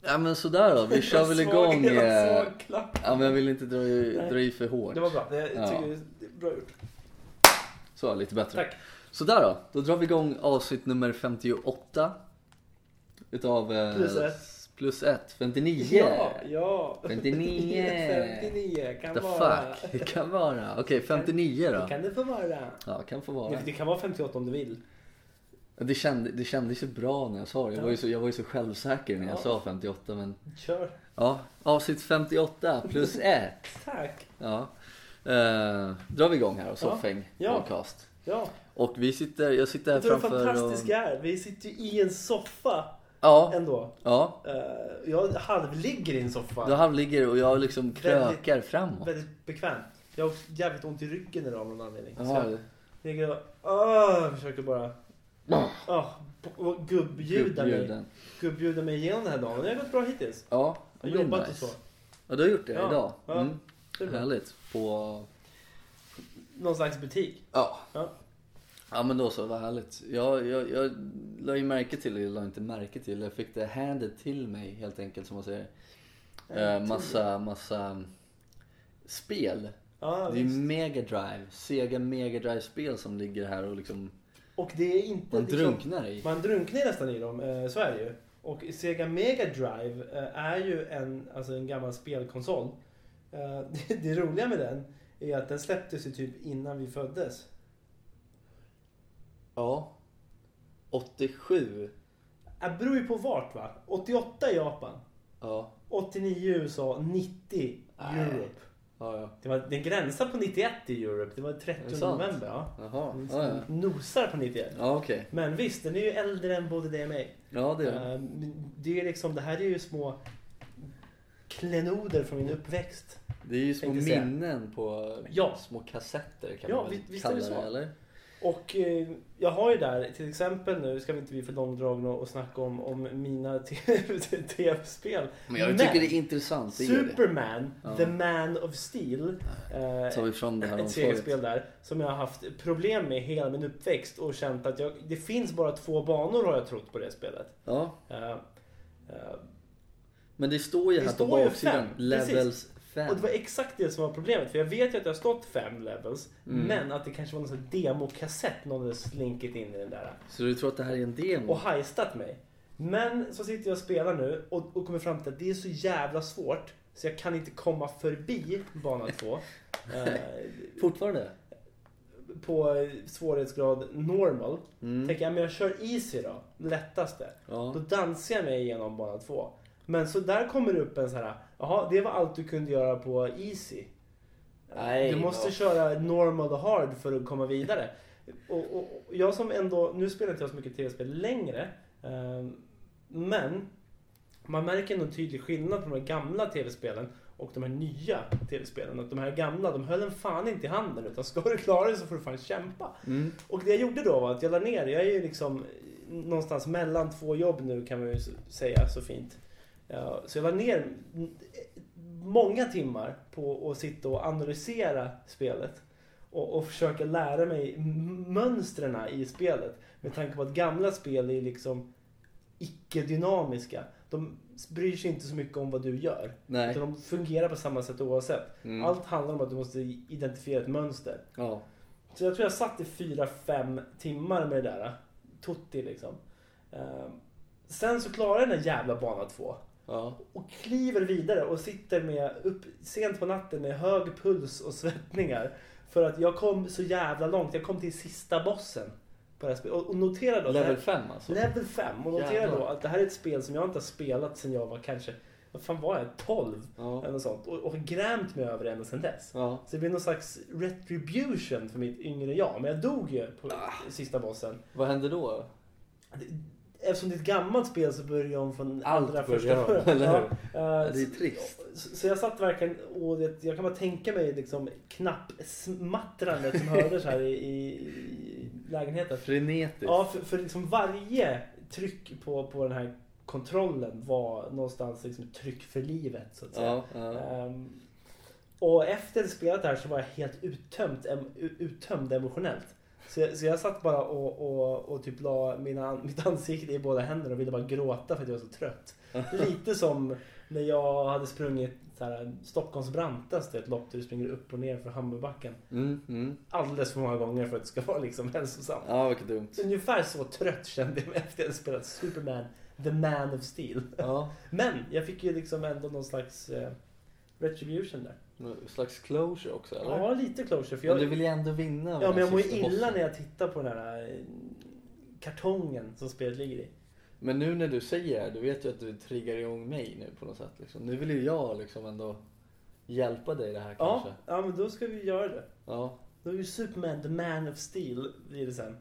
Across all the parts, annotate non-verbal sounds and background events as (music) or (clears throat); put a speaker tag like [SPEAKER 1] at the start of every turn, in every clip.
[SPEAKER 1] Ja men sådär då, vi kör väl
[SPEAKER 2] Jag
[SPEAKER 1] igång.
[SPEAKER 2] såg- jag
[SPEAKER 1] eh,
[SPEAKER 2] såg klack.
[SPEAKER 1] Ja men jag vill inte dra i,
[SPEAKER 2] Nej.
[SPEAKER 1] dra i för hårt.
[SPEAKER 2] Det var bra. Jag tycker
[SPEAKER 1] Ja.
[SPEAKER 2] det är bra gjort.
[SPEAKER 1] Så, lite bättre.
[SPEAKER 2] Tack.
[SPEAKER 1] Sådär då, då drar vi igång avsnitt nummer 58. Utav... eh,
[SPEAKER 2] Plus ett.
[SPEAKER 1] Plus ett, 59.
[SPEAKER 2] Ja, ja. (laughs)
[SPEAKER 1] 59.
[SPEAKER 2] 59 kan
[SPEAKER 1] The
[SPEAKER 2] vara.
[SPEAKER 1] fuck, det kan vara. Okej, 59
[SPEAKER 2] Det
[SPEAKER 1] då.
[SPEAKER 2] kan det få vara.
[SPEAKER 1] Ja, kan få vara.
[SPEAKER 2] Det, det kan vara 58 om du vill.
[SPEAKER 1] Det, kände, det kändes ju bra när jag sa det. Jag var ju så, jag var ju så självsäker när jag
[SPEAKER 2] Ja.
[SPEAKER 1] sa 58 men...
[SPEAKER 2] Kör.
[SPEAKER 1] Ja, avsnitt 58
[SPEAKER 2] (laughs)
[SPEAKER 1] plus ett.
[SPEAKER 2] Tack.
[SPEAKER 1] Ja. Eh, drar vi igång här och
[SPEAKER 2] Ja.
[SPEAKER 1] Soffäng
[SPEAKER 2] Ja.
[SPEAKER 1] podcast.
[SPEAKER 2] Ja.
[SPEAKER 1] Och vi sitter, jag sitter här
[SPEAKER 2] Vet du vad det
[SPEAKER 1] framför
[SPEAKER 2] fantastiska är? Vi sitter ju i en soffa
[SPEAKER 1] Ja,
[SPEAKER 2] ändå.
[SPEAKER 1] ja.
[SPEAKER 2] Eh, Jag halvligger i en soffa.
[SPEAKER 1] Då han ligger och jag liksom
[SPEAKER 2] Väldigt-
[SPEAKER 1] krökar framåt.
[SPEAKER 2] Väldigt bekvämt. Jag har jävligt ont i ryggen idag av någon anledning. Så
[SPEAKER 1] Ja.
[SPEAKER 2] jag ligger och åh, försöker bara
[SPEAKER 1] Ah.
[SPEAKER 2] åh, och gubbjuda mig.
[SPEAKER 1] Gubbljuden.
[SPEAKER 2] Gubbjuda mig igenom den här dagen. Det har gått bra hittills.
[SPEAKER 1] Ja,
[SPEAKER 2] Jag
[SPEAKER 1] men
[SPEAKER 2] har
[SPEAKER 1] det är
[SPEAKER 2] jobbat
[SPEAKER 1] nice.
[SPEAKER 2] och så.
[SPEAKER 1] Ja, du har gjort det
[SPEAKER 2] Ja,
[SPEAKER 1] idag.
[SPEAKER 2] ja.
[SPEAKER 1] Mm.
[SPEAKER 2] Det är bra.
[SPEAKER 1] Härligt. På...
[SPEAKER 2] Någon slags butik.
[SPEAKER 1] Ja.
[SPEAKER 2] Ja.
[SPEAKER 1] Ja men då så, vad härligt. Jag, jag, jag la ju märke till, eller jag la inte märke till, jag fick det handed till mig helt enkelt som man säger. Eh, massa, massa spel.
[SPEAKER 2] Ja,
[SPEAKER 1] Det är
[SPEAKER 2] visst.
[SPEAKER 1] Mega Drive, Sega Mega Drive spel som ligger här och liksom
[SPEAKER 2] Och det är inte...
[SPEAKER 1] man
[SPEAKER 2] liksom-
[SPEAKER 1] drunknar i.
[SPEAKER 2] Man drunknar ju nästan i dem, eh, så är det ju. Och Sega Mega Drive eh, är ju en, alltså en gammal spelkonsol. Eh, (laughs) det, det roliga med den är att den släpptes ju typ innan vi föddes.
[SPEAKER 1] Ja. 87.
[SPEAKER 2] Det beror ju på vart va? 88 i Japan,
[SPEAKER 1] Ja.
[SPEAKER 2] 89 i USA, 90 i
[SPEAKER 1] Nej.
[SPEAKER 2] Europe.
[SPEAKER 1] Ja, ja.
[SPEAKER 2] Det var, den gränsar på 91 i Europe, det var
[SPEAKER 1] Är
[SPEAKER 2] 30
[SPEAKER 1] det sant?
[SPEAKER 2] november. Ja.
[SPEAKER 1] Jaha.
[SPEAKER 2] Den
[SPEAKER 1] Ja, ja.
[SPEAKER 2] nosar på 91.
[SPEAKER 1] ja okej.
[SPEAKER 2] Men visst, den är ju äldre än både dig och mig.
[SPEAKER 1] Ja det är det.
[SPEAKER 2] Eh, Det är liksom, det här är ju små klenoder från min uppväxt.
[SPEAKER 1] Det är ju små
[SPEAKER 2] tänkte säga.
[SPEAKER 1] minnen på
[SPEAKER 2] Ja.
[SPEAKER 1] små kassetter kan
[SPEAKER 2] Ja,
[SPEAKER 1] man väl
[SPEAKER 2] vi- visst är
[SPEAKER 1] kalla
[SPEAKER 2] det
[SPEAKER 1] det,
[SPEAKER 2] så.
[SPEAKER 1] eller?
[SPEAKER 2] Och eh, jag har ju där, till exempel nu ska vi inte bli för långdragna och snacka om, om mina (laughs) te- tv-spel.
[SPEAKER 1] Men jag tycker det är intressant. Det är det.
[SPEAKER 2] Superman,
[SPEAKER 1] Ja.
[SPEAKER 2] The Man of Steel. eh,
[SPEAKER 1] Tar vi fram det här
[SPEAKER 2] ett
[SPEAKER 1] omslaget.
[SPEAKER 2] seriespel där som jag har haft problem med hela min uppväxt och känt att jag, det finns bara två banor har jag trott på det spelet.
[SPEAKER 1] Ja.
[SPEAKER 2] Eh, eh,
[SPEAKER 1] Men det står ju
[SPEAKER 2] Det
[SPEAKER 1] här på
[SPEAKER 2] står ju
[SPEAKER 1] baksidan.
[SPEAKER 2] fem, precis.
[SPEAKER 1] Levels
[SPEAKER 2] Och
[SPEAKER 1] 5.
[SPEAKER 2] det var exakt det som var problemet. För jag vet ju att jag har stått fem levels.
[SPEAKER 1] Mm.
[SPEAKER 2] Men att det kanske var någon sån här demokassett någon hade slinkit in i den där.
[SPEAKER 1] Så du tror att det här är en demo?
[SPEAKER 2] Och heistat mig. Men så sitter jag och spelar nu och, och kommer fram till att det är så jävla svårt. Så jag kan inte komma förbi bana
[SPEAKER 1] (laughs)
[SPEAKER 2] två. eh,
[SPEAKER 1] Fortfarande?
[SPEAKER 2] på svårighetsgrad normal.
[SPEAKER 1] Mm.
[SPEAKER 2] Tänker jag, men jag kör easy då. Lättaste.
[SPEAKER 1] Ja.
[SPEAKER 2] Då dansar jag mig igenom bana två. Men så där kommer det upp en så här. Jaha, det var allt du kunde göra på easy.
[SPEAKER 1] Nej,
[SPEAKER 2] du måste
[SPEAKER 1] vad-
[SPEAKER 2] köra normal och hard för att komma vidare. Och, och, och jag som ändå, nu spelar inte jag så mycket tv-spel längre. ehm, men man märker ändå en tydlig skillnad på de här gamla tv-spelen och de här nya tv-spelen. Att de här gamla, de höll en fan inte i handen utan ska du klara det så får du fan kämpa.
[SPEAKER 1] Mm.
[SPEAKER 2] Och det jag gjorde då var att jag la ner, jag är ju liksom någonstans mellan två jobb nu kan man ju s- säga så fint. Ja, Så jag la ner m- många timmar på att sitta och analysera spelet. Och, och försöka lära mig m- mönstren i spelet. Med tanke på att gamla spel är liksom icke-dynamiska. De bryr sig inte så mycket om vad du gör.
[SPEAKER 1] Nej.
[SPEAKER 2] Utan de fungerar på samma sätt oavsett.
[SPEAKER 1] Mm.
[SPEAKER 2] Allt handlar om att du måste identifiera ett mönster.
[SPEAKER 1] Ja.
[SPEAKER 2] Så jag tror jag satt i fyra fem timmar med det där. Tutti liksom. Ehm, Sen så klarar jag den där jävla bana två.
[SPEAKER 1] Ja.
[SPEAKER 2] Och kliver vidare och sitter med upp sent på natten med hög puls och svettningar. För att jag kom så jävla långt. Jag kom till sista bossen. På det här spelet. Och, och notera då. att det
[SPEAKER 1] Level
[SPEAKER 2] här-
[SPEAKER 1] 5 alltså?
[SPEAKER 2] Level 5. Och notera
[SPEAKER 1] Jävlar.
[SPEAKER 2] då att det här är ett spel som jag inte har spelat sedan jag var kanske, vad fan var jag? 12? Eller
[SPEAKER 1] Ja.
[SPEAKER 2] något sånt. Och, och har grämt mig över det ända sedan dess.
[SPEAKER 1] ja.
[SPEAKER 2] Så det blir någon slags retribution för mitt yngre jag. Men jag dog ju på
[SPEAKER 1] Ah.
[SPEAKER 2] sista bossen.
[SPEAKER 1] Vad hände då?
[SPEAKER 2] Eftersom det är ett gammalt spel så börjar jag om från
[SPEAKER 1] Allt
[SPEAKER 2] allra
[SPEAKER 1] börjar
[SPEAKER 2] första
[SPEAKER 1] om,
[SPEAKER 2] början.
[SPEAKER 1] eller hur?
[SPEAKER 2] Ja, eh,
[SPEAKER 1] Det är trist.
[SPEAKER 2] så, så jag satt verkligen och det, jag kan bara tänka mig liksom knappsmattrandet som hördes här i, i, i lägenheten.
[SPEAKER 1] Frenetiskt.
[SPEAKER 2] Ja, för, för liksom varje tryck på, på den här kontrollen var någonstans liksom ett tryck för livet så att säga.
[SPEAKER 1] Ja, ja.
[SPEAKER 2] Ehm, och efter spelet där så var jag helt uttömt, em, u- uttömd emotionellt. Så jag, så jag satt bara och, och, och typ la mina, mitt ansikte i båda händerna och ville bara gråta för att jag var så trött. Lite som när jag hade sprungit så här, Stockholms brantaste, ett lopp där du springer upp och ner för Hammarbacken.
[SPEAKER 1] Mm, mm.
[SPEAKER 2] Alldeles för många gånger för att det ska vara liksom hälsosamt.
[SPEAKER 1] Ja, vilket dumt.
[SPEAKER 2] Ungefär så trött kände jag mig efter att jag spelat Superman, The Man of Steel.
[SPEAKER 1] Ja,
[SPEAKER 2] Men jag fick ju liksom ändå någon slags eh, retribution där.
[SPEAKER 1] någon slags closure också eller?
[SPEAKER 2] Ja, lite closure.
[SPEAKER 1] Men
[SPEAKER 2] För jag,
[SPEAKER 1] du vill ju ändå vinna.
[SPEAKER 2] ja,
[SPEAKER 1] den
[SPEAKER 2] men jag mår ju
[SPEAKER 1] sista
[SPEAKER 2] illa
[SPEAKER 1] bossen.
[SPEAKER 2] när jag tittar på den här eh, kartongen som spelet ligger i.
[SPEAKER 1] Men nu när du säger det här, du vet ju att du triggar igång mig nu på något sätt. Liksom. Nu vill ju jag liksom ändå hjälpa dig i det här kanske.
[SPEAKER 2] Ja, ja, men då ska vi göra det.
[SPEAKER 1] Ja.
[SPEAKER 2] Då är ju Superman, The Man of Steel, blir det sen.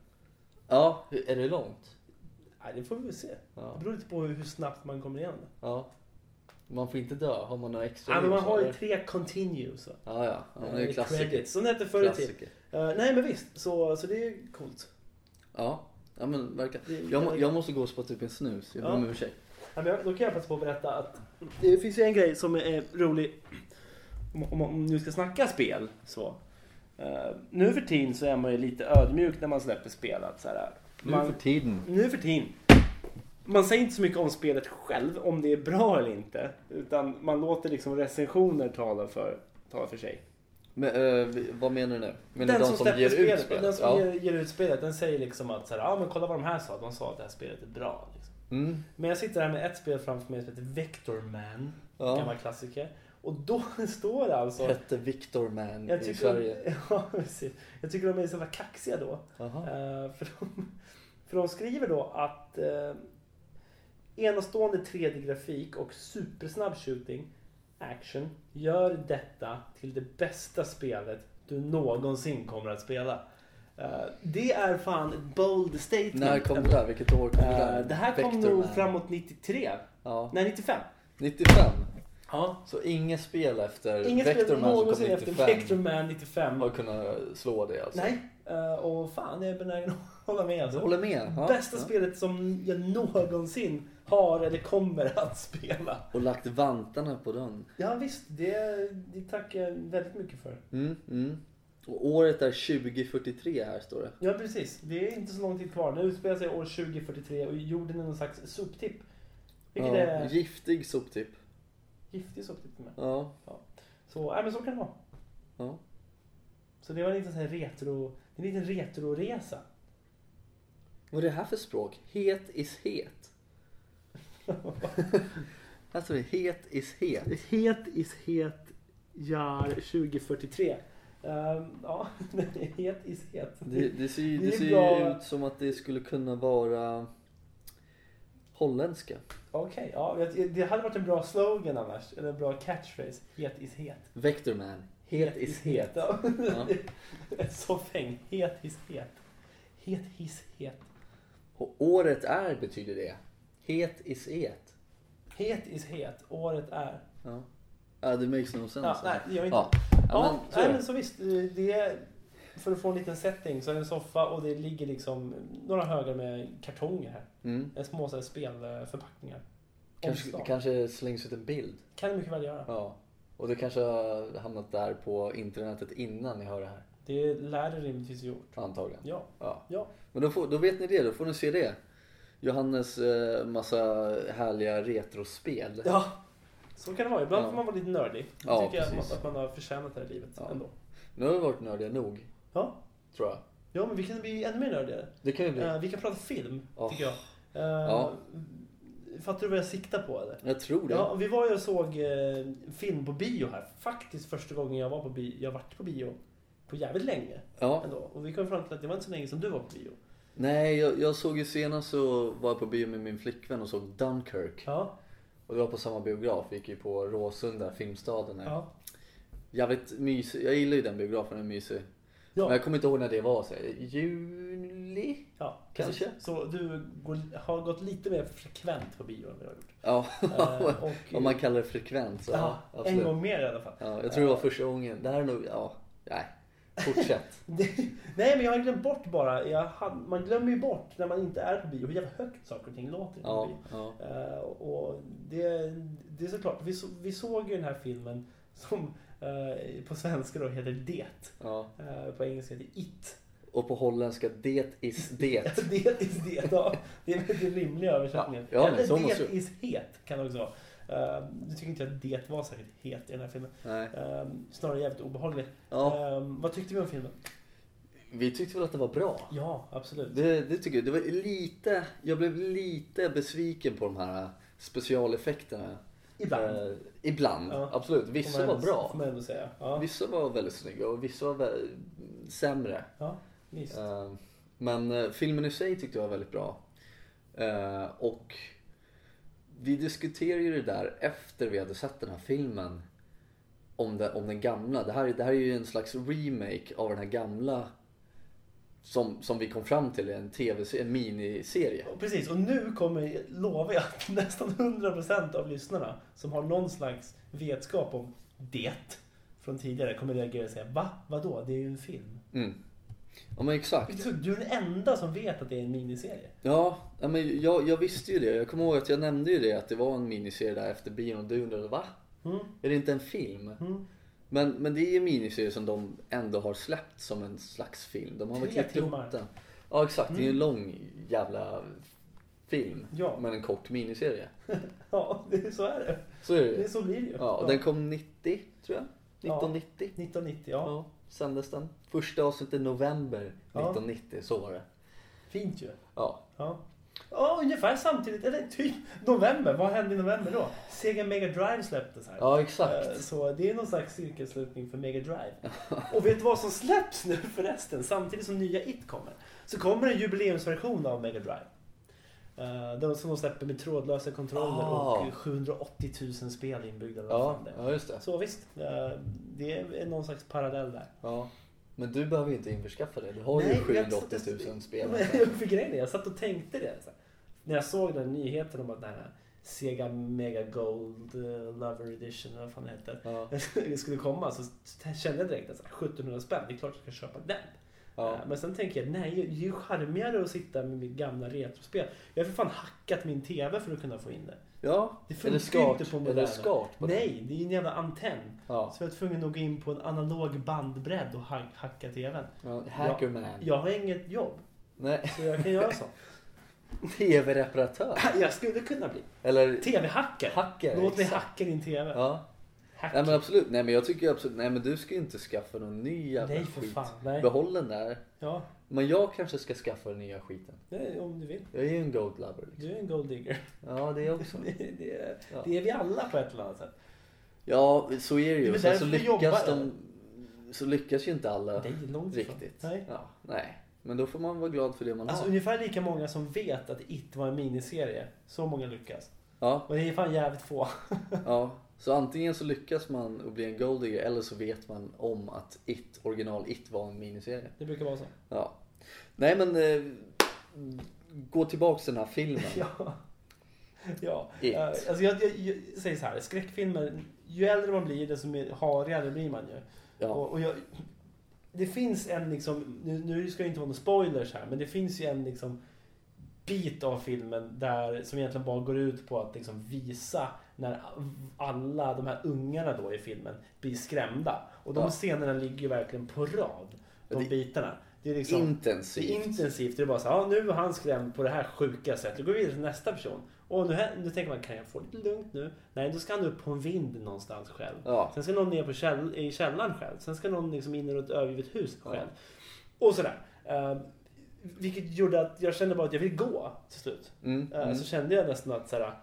[SPEAKER 1] Ja, är det långt?
[SPEAKER 2] Nej, det får vi väl se. Det
[SPEAKER 1] Ja.
[SPEAKER 2] beror lite på hur hur snabbt man kommer igen.
[SPEAKER 1] ja. Man får inte dö, har man några extra
[SPEAKER 2] Ja, men man
[SPEAKER 1] ljus,
[SPEAKER 2] har ju
[SPEAKER 1] eller?
[SPEAKER 2] tre continues. va?
[SPEAKER 1] Ja, ja. ja men det är
[SPEAKER 2] Eller
[SPEAKER 1] ju klassiker.
[SPEAKER 2] Credits, som det hette förr i tiden.
[SPEAKER 1] klassiker.
[SPEAKER 2] Eh, nej, men visst. Så, så det är coolt.
[SPEAKER 1] Ja. ja, men verkar.
[SPEAKER 2] Det är-
[SPEAKER 1] Jag, må- jag måste gå och spotta upp en snus, jag ber
[SPEAKER 2] Ja.
[SPEAKER 1] om ursäkt.
[SPEAKER 2] Ja, men jag- då kan jag passa på att berätta att det finns ju en grej som är rolig om, om, om nu ska snacka spel. Så. Eh, nu för tiden så är man ju lite ödmjuk när man släpper spel. Att, så här, man,
[SPEAKER 1] tiden.
[SPEAKER 2] nu för tiden. Man säger inte så mycket om spelet själv, om det är bra eller inte. Utan man låter liksom recensioner tala för, tala för sig.
[SPEAKER 1] Men, eh, vi- vad menar du nu? Menar du
[SPEAKER 2] den
[SPEAKER 1] de
[SPEAKER 2] som,
[SPEAKER 1] som,
[SPEAKER 2] släpper
[SPEAKER 1] ger ut
[SPEAKER 2] spelet,
[SPEAKER 1] spelet?
[SPEAKER 2] Den som
[SPEAKER 1] ja.
[SPEAKER 2] ger, ger ut spelet, den säger liksom att så här, ah, men kolla vad de här sa. De sa att det här spelet är bra. Liksom.
[SPEAKER 1] Mm.
[SPEAKER 2] Men jag sitter här med ett spel framför mig som heter Vector Man.
[SPEAKER 1] Ja.
[SPEAKER 2] Gammal klassiker. Och då (laughs) står det alltså...
[SPEAKER 1] Hette Victor Man
[SPEAKER 2] Jag
[SPEAKER 1] i
[SPEAKER 2] tycker,
[SPEAKER 1] Sverige.
[SPEAKER 2] de, (laughs) ja, precis. jag tycker de är så jävla kaxiga då.
[SPEAKER 1] Jaha.
[SPEAKER 2] Eh, för, de, för de skriver då att eh, enastående 3D-grafik och supersnabb shooting action gör detta till det bästa spelet du någonsin kommer att spela. Eh, det är fan ett bold statement.
[SPEAKER 1] När kom det där? Vilket år kom det där?
[SPEAKER 2] Eh, det här kom
[SPEAKER 1] Vector
[SPEAKER 2] nog
[SPEAKER 1] Man.
[SPEAKER 2] framåt 93.
[SPEAKER 1] Ja.
[SPEAKER 2] Nej, 95.
[SPEAKER 1] 95.
[SPEAKER 2] Ja.
[SPEAKER 1] Så inget spel efter
[SPEAKER 2] Inget
[SPEAKER 1] Vector
[SPEAKER 2] spel
[SPEAKER 1] Man som kom
[SPEAKER 2] någonsin efter
[SPEAKER 1] 95
[SPEAKER 2] Vector Man 95.
[SPEAKER 1] har kunnat slå det alltså?
[SPEAKER 2] Nej, eh, och fan jag är benägen att (laughs) hålla med.
[SPEAKER 1] Jag
[SPEAKER 2] Alltså.
[SPEAKER 1] håller med. Ja.
[SPEAKER 2] Bästa
[SPEAKER 1] ja.
[SPEAKER 2] spelet som jag någonsin har eller kommer att spela.
[SPEAKER 1] Och lagt vantarna på den.
[SPEAKER 2] Ja visst, det, det tackar jag väldigt mycket för.
[SPEAKER 1] Mm, mm. Och året är 2043 här står det.
[SPEAKER 2] Ja precis, det är inte så lång tid kvar. Nu utspelar sig år 2043 och jorden är någon slags soptipp. Vilket
[SPEAKER 1] Ja.
[SPEAKER 2] är
[SPEAKER 1] Giftig soptipp.
[SPEAKER 2] giftig soptipp med.
[SPEAKER 1] Ja.
[SPEAKER 2] Så, nej men så kan det vara.
[SPEAKER 1] ja.
[SPEAKER 2] Så det var en liten sån här retro, en liten retroresa.
[SPEAKER 1] Vad är det här för språk? Het is (laughs) het. här står det het is het.
[SPEAKER 2] Het is het jaar 2043. Ehm, ja, (laughs) het is het.
[SPEAKER 1] Det, det ser ju
[SPEAKER 2] Det är
[SPEAKER 1] det ser ju
[SPEAKER 2] bra.
[SPEAKER 1] ut som att det skulle kunna vara holländska.
[SPEAKER 2] Okej, ja, jag- det hade varit en bra slogan annars. Eller en bra catchphrase. Het is het.
[SPEAKER 1] Vector Man. Het is het.
[SPEAKER 2] Ja.
[SPEAKER 1] Ja.
[SPEAKER 2] (laughs) Ett soffhäng. Het is het. Het is het.
[SPEAKER 1] Och året är betyder det. Het is het.
[SPEAKER 2] Het is het. Året är.
[SPEAKER 1] Ja. Ja, det makes no sense.
[SPEAKER 2] Ja, nej, det gör inte.
[SPEAKER 1] Ja.
[SPEAKER 2] Ja,
[SPEAKER 1] Ja, men, så
[SPEAKER 2] nej,
[SPEAKER 1] är
[SPEAKER 2] men
[SPEAKER 1] det.
[SPEAKER 2] så visst. Det är, för att få en liten setting så är det en soffa och det ligger liksom några högar med kartonger här.
[SPEAKER 1] Mm.
[SPEAKER 2] Eh, Små så här spelförpackningar.
[SPEAKER 1] Kanske,
[SPEAKER 2] Omslag.
[SPEAKER 1] kanske slängs ut en bild.
[SPEAKER 2] Kan det mycket väl göra.
[SPEAKER 1] Ja. Och det kanske har hamnat där på internetet innan ni hör det här.
[SPEAKER 2] Det lär det rimligtvis gjort.
[SPEAKER 1] Antagligen.
[SPEAKER 2] Ja.
[SPEAKER 1] Ja.
[SPEAKER 2] Ja.
[SPEAKER 1] Men då, får, då vet ni det, då får ni se det. Johannes eh, massa härliga retrospel.
[SPEAKER 2] Ja, så kan det vara. Ibland
[SPEAKER 1] Ja.
[SPEAKER 2] får man vara lite nördig. Då
[SPEAKER 1] Ja,
[SPEAKER 2] tycker jag
[SPEAKER 1] precis.
[SPEAKER 2] att man har förtjänat det här livet
[SPEAKER 1] Ja.
[SPEAKER 2] ändå.
[SPEAKER 1] Nu har vi varit nördiga nog,
[SPEAKER 2] Ja.
[SPEAKER 1] tror jag.
[SPEAKER 2] ja, men vi kan bli ännu mer nördigare.
[SPEAKER 1] Det kan ju bli.
[SPEAKER 2] Eh, vi kan prata film,
[SPEAKER 1] Ja.
[SPEAKER 2] tycker jag. Eh,
[SPEAKER 1] Ja.
[SPEAKER 2] Fattar du vad jag siktar på eller?
[SPEAKER 1] Jag tror det.
[SPEAKER 2] Ja, vi var ju och såg eh, film på bio här. Faktiskt första gången jag var på bio. Jag varit på bio på jävligt länge
[SPEAKER 1] ja.
[SPEAKER 2] ändå. Och vi kom fram till att det var inte så länge som du var på bio.
[SPEAKER 1] Nej, jag, jag såg ju senast så var jag på bio med min flickvän och såg Dunkirk.
[SPEAKER 2] Ja,
[SPEAKER 1] Och det var på samma biograf, vi gick ju på Råsunda, Filmstaden här.
[SPEAKER 2] ja.
[SPEAKER 1] Jävligt mysig, jag gillar ju den biografen, den är mysig. Men
[SPEAKER 2] ja.
[SPEAKER 1] jag kommer inte ihåg när det var, så här, juli?
[SPEAKER 2] ja precis.
[SPEAKER 1] kanske.
[SPEAKER 2] Så du går, har gått lite mer frekvent på bio än vad jag har gjort.
[SPEAKER 1] Ja,
[SPEAKER 2] (laughs) Eh, och,
[SPEAKER 1] (laughs) om man kallar det frekvent. Så,
[SPEAKER 2] Ja,
[SPEAKER 1] ja,
[SPEAKER 2] en
[SPEAKER 1] absolut.
[SPEAKER 2] gång mer i alla fall. (laughs)
[SPEAKER 1] Ja, jag tror det var första gången. Det här är nog, ja, nej.
[SPEAKER 2] (laughs)
[SPEAKER 1] Fortsätt.
[SPEAKER 2] Nej, men jag har glömt bort bara. Jag hann- man glömmer ju bort när man inte är på bio hur jävla högt saker och ting låter på
[SPEAKER 1] Ja,
[SPEAKER 2] bio.
[SPEAKER 1] ja.
[SPEAKER 2] Eh, och det, det är såklart. Vi, så, vi såg ju den här filmen som eh, på svenska då heter Det.
[SPEAKER 1] ja.
[SPEAKER 2] Eh, på engelska heter It.
[SPEAKER 1] Och på holländska det is det.
[SPEAKER 2] (laughs) det is det. Ja, det är väl den rimliga översättningen.
[SPEAKER 1] Ja, ja, men
[SPEAKER 2] Eller
[SPEAKER 1] så
[SPEAKER 2] det
[SPEAKER 1] måste ju-
[SPEAKER 2] is het kan det också vara. Eh, Nu tycker inte jag att det var särskilt het i den här filmen.
[SPEAKER 1] Nej.
[SPEAKER 2] Eh, Snarare jävligt obehaglig.
[SPEAKER 1] Ja,
[SPEAKER 2] Eh, Vad tyckte vi om filmen?
[SPEAKER 1] vi tyckte väl att det var bra.
[SPEAKER 2] Ja, absolut.
[SPEAKER 1] Det, det tycker jag. Det var lite, jag blev lite besviken på de här specialeffekterna.
[SPEAKER 2] Ibland.
[SPEAKER 1] Eh, ibland,
[SPEAKER 2] Ja.
[SPEAKER 1] absolut.
[SPEAKER 2] Får
[SPEAKER 1] Vissa
[SPEAKER 2] man
[SPEAKER 1] var
[SPEAKER 2] ändå- Får
[SPEAKER 1] bra.
[SPEAKER 2] man ändå säga. Ja,
[SPEAKER 1] Vissa var väldigt snygga och vissa var vä- sämre.
[SPEAKER 2] ja visst.
[SPEAKER 1] Eh, Men eh, filmen i sig tyckte jag var väldigt bra. Eh, Och vi diskuterade ju det där efter vi hade sett den här filmen. Om, det, om den gamla. Det här, är- det här är ju en slags remake av den här gamla. Som, som vi kom fram till i en, TV, en miniserie.
[SPEAKER 2] Och Precis, och nu kommer, lovar jag, att (laughs) nästan 100% av lyssnarna som har någon slags vetskap om det från tidigare kommer reagera och säga Va? Vadå? Det är ju en film.
[SPEAKER 1] Mm. Ja men exakt.
[SPEAKER 2] Så Du är den enda som vet att det är en miniserie.
[SPEAKER 1] Ja, ja, men jag, jag visste ju det. Jag kommer ihåg att jag nämnde ju det att det var en miniserie där efter bion och du undrade va?
[SPEAKER 2] Mm.
[SPEAKER 1] Är det inte en film?
[SPEAKER 2] Mm.
[SPEAKER 1] Men, men det är ju en miniserie som de ändå har släppt som en slags film. De har väl
[SPEAKER 2] Tre
[SPEAKER 1] klippt ihop
[SPEAKER 2] timmar.
[SPEAKER 1] den. Ja exakt, det är ju en lång jävla film.
[SPEAKER 2] Mm. Ja.
[SPEAKER 1] Men en kort miniserie.
[SPEAKER 2] (laughs) Ja, det, så är det.
[SPEAKER 1] Så är det
[SPEAKER 2] det
[SPEAKER 1] ju.
[SPEAKER 2] så blir det ju.
[SPEAKER 1] Ja, och den kom 90 tror jag.
[SPEAKER 2] Ja.
[SPEAKER 1] 1990.
[SPEAKER 2] 1990,
[SPEAKER 1] Ja.
[SPEAKER 2] ja.
[SPEAKER 1] sändes den. Första avsnittet i november
[SPEAKER 2] Ja.
[SPEAKER 1] 1990, så var det.
[SPEAKER 2] Fint ju.
[SPEAKER 1] Ja.
[SPEAKER 2] Ja. ja, ungefär samtidigt. Eller typ november. Vad hände i november då? Sega Mega Drive släpptes här.
[SPEAKER 1] ja, exakt.
[SPEAKER 2] Eh, Så det är någon slags cirkelslutning för Mega Drive. Och vet du vad som släpps nu förresten? Samtidigt som nya It kommer. Så kommer en jubileumsversion av Mega Drive. Eh, Den som de släpper med trådlösa kontroller
[SPEAKER 1] Ah.
[SPEAKER 2] och 780 000 spel inbyggda. eller vad
[SPEAKER 1] Ja,
[SPEAKER 2] fan det är.
[SPEAKER 1] ja, just det.
[SPEAKER 2] Så visst, eh, det är någon slags parallell där.
[SPEAKER 1] Ja. Men du behöver ju inte införskaffa det. Du har ju
[SPEAKER 2] Nej,
[SPEAKER 1] 780
[SPEAKER 2] jag- (laughs)
[SPEAKER 1] 000
[SPEAKER 2] Ja,
[SPEAKER 1] spel.
[SPEAKER 2] men Jag fick grejen är, jag satt och tänkte det. Så här. När jag såg den nyheten om att den här Sega Mega Gold eh, Lover Edition, eller vad fan det heter.
[SPEAKER 1] Ja,
[SPEAKER 2] (laughs) det skulle komma så kände jag direkt att så här, 1700 spänn, det är klart jag ska köpa den.
[SPEAKER 1] ja.
[SPEAKER 2] Eh, Men sen tänker jag, nej, det är ju charmigare att sitta med mitt gamla retrospel. Jag har för fan hackat min TV för att kunna få in det.
[SPEAKER 1] ja.
[SPEAKER 2] Det
[SPEAKER 1] är det
[SPEAKER 2] funkar ju
[SPEAKER 1] skart?
[SPEAKER 2] inte på
[SPEAKER 1] Är det
[SPEAKER 2] moderna.
[SPEAKER 1] skart? på det?
[SPEAKER 2] Nej, det är ju en jävla antenn.
[SPEAKER 1] Ja.
[SPEAKER 2] Så jag var tvungen att gå in på en analog bandbredd och ha- hacka TVn.
[SPEAKER 1] ja. Hackerman.
[SPEAKER 2] Jag har inget jobb,
[SPEAKER 1] Nej, (laughs)
[SPEAKER 2] så jag kan göra så.
[SPEAKER 1] tv-reparatör.
[SPEAKER 2] Jag skulle kunna bli
[SPEAKER 1] Eller
[SPEAKER 2] TV-hacker.
[SPEAKER 1] hacker.
[SPEAKER 2] Låt mig
[SPEAKER 1] exakt.
[SPEAKER 2] hacka din TV.
[SPEAKER 1] Ja.
[SPEAKER 2] Hack.
[SPEAKER 1] Nej men absolut. Nej men jag tycker ju absolut. Nej men du ska ju inte skaffa någon ny jävla
[SPEAKER 2] Nej, för
[SPEAKER 1] skit.
[SPEAKER 2] fan. Nej.
[SPEAKER 1] Behåll den där.
[SPEAKER 2] Ja,
[SPEAKER 1] Men jag kanske ska skaffa den nya skiten.
[SPEAKER 2] nej, om du vill.
[SPEAKER 1] Jag är ju en gold lover. Liksom.
[SPEAKER 2] Du är en gold digger. (laughs)
[SPEAKER 1] Ja det är jag också.
[SPEAKER 2] Det, det,
[SPEAKER 1] Ja.
[SPEAKER 2] det är vi alla på ett eller annat sätt.
[SPEAKER 1] Ja så är det
[SPEAKER 2] Det är
[SPEAKER 1] ju.
[SPEAKER 2] väl
[SPEAKER 1] Sen
[SPEAKER 2] därför
[SPEAKER 1] så
[SPEAKER 2] vi jobbar,
[SPEAKER 1] lyckas de.
[SPEAKER 2] eller?
[SPEAKER 1] Så lyckas ju inte alla.
[SPEAKER 2] Det är långt ifrån.
[SPEAKER 1] Riktigt.
[SPEAKER 2] Nej.
[SPEAKER 1] Ja, nej. Men då får man vara glad för det man
[SPEAKER 2] Alltså
[SPEAKER 1] har.
[SPEAKER 2] ungefär lika många som vet att It var en miniserie. Så många lyckas.
[SPEAKER 1] Ja,
[SPEAKER 2] Och det är fan jävligt få. (laughs)
[SPEAKER 1] ja. Så antingen så lyckas man och bli en golddigger eller så vet man om att It, original It var en miniserie.
[SPEAKER 2] Det brukar vara så.
[SPEAKER 1] Ja. Nej men, eh, gå tillbaks till den här filmen.
[SPEAKER 2] Ja. (laughs) Ja.
[SPEAKER 1] It.
[SPEAKER 2] Eh, Alltså jag, jag, jag säger så här. Skräckfilmer. Ju äldre man blir desto mer harigare blir man ju.
[SPEAKER 1] Ja.
[SPEAKER 2] Och, och jag, det finns en liksom. Nu, nu ska det inte vara några spoilers här. Men det finns ju en liksom bit av filmen där som egentligen bara går ut på att liksom visa när alla de här ungarna då i filmen blir skrämda. Och de
[SPEAKER 1] Ja.
[SPEAKER 2] scenerna ligger ju verkligen på rad. De
[SPEAKER 1] Ja, det-
[SPEAKER 2] bitarna. Det är liksom...
[SPEAKER 1] Intensivt.
[SPEAKER 2] Det är intensivt. Det är bara så här, ja, nu var han skrämd på det här sjuka sättet. Då går vi vidare till nästa person. Och nu, här- nu tänker man, kan jag få lite lugnt nu? Nej, då ska han upp på en vind någonstans själv.
[SPEAKER 1] Ja.
[SPEAKER 2] Sen ska någon ner på käll, i källaren själv. Sen ska någon liksom in i ett övergivet hus själv. Och sådär. Uh, vilket gjorde att jag kände bara att jag ville gå till slut.
[SPEAKER 1] Mm,
[SPEAKER 2] Eh,
[SPEAKER 1] mm.
[SPEAKER 2] Så kände jag nästan att såhär,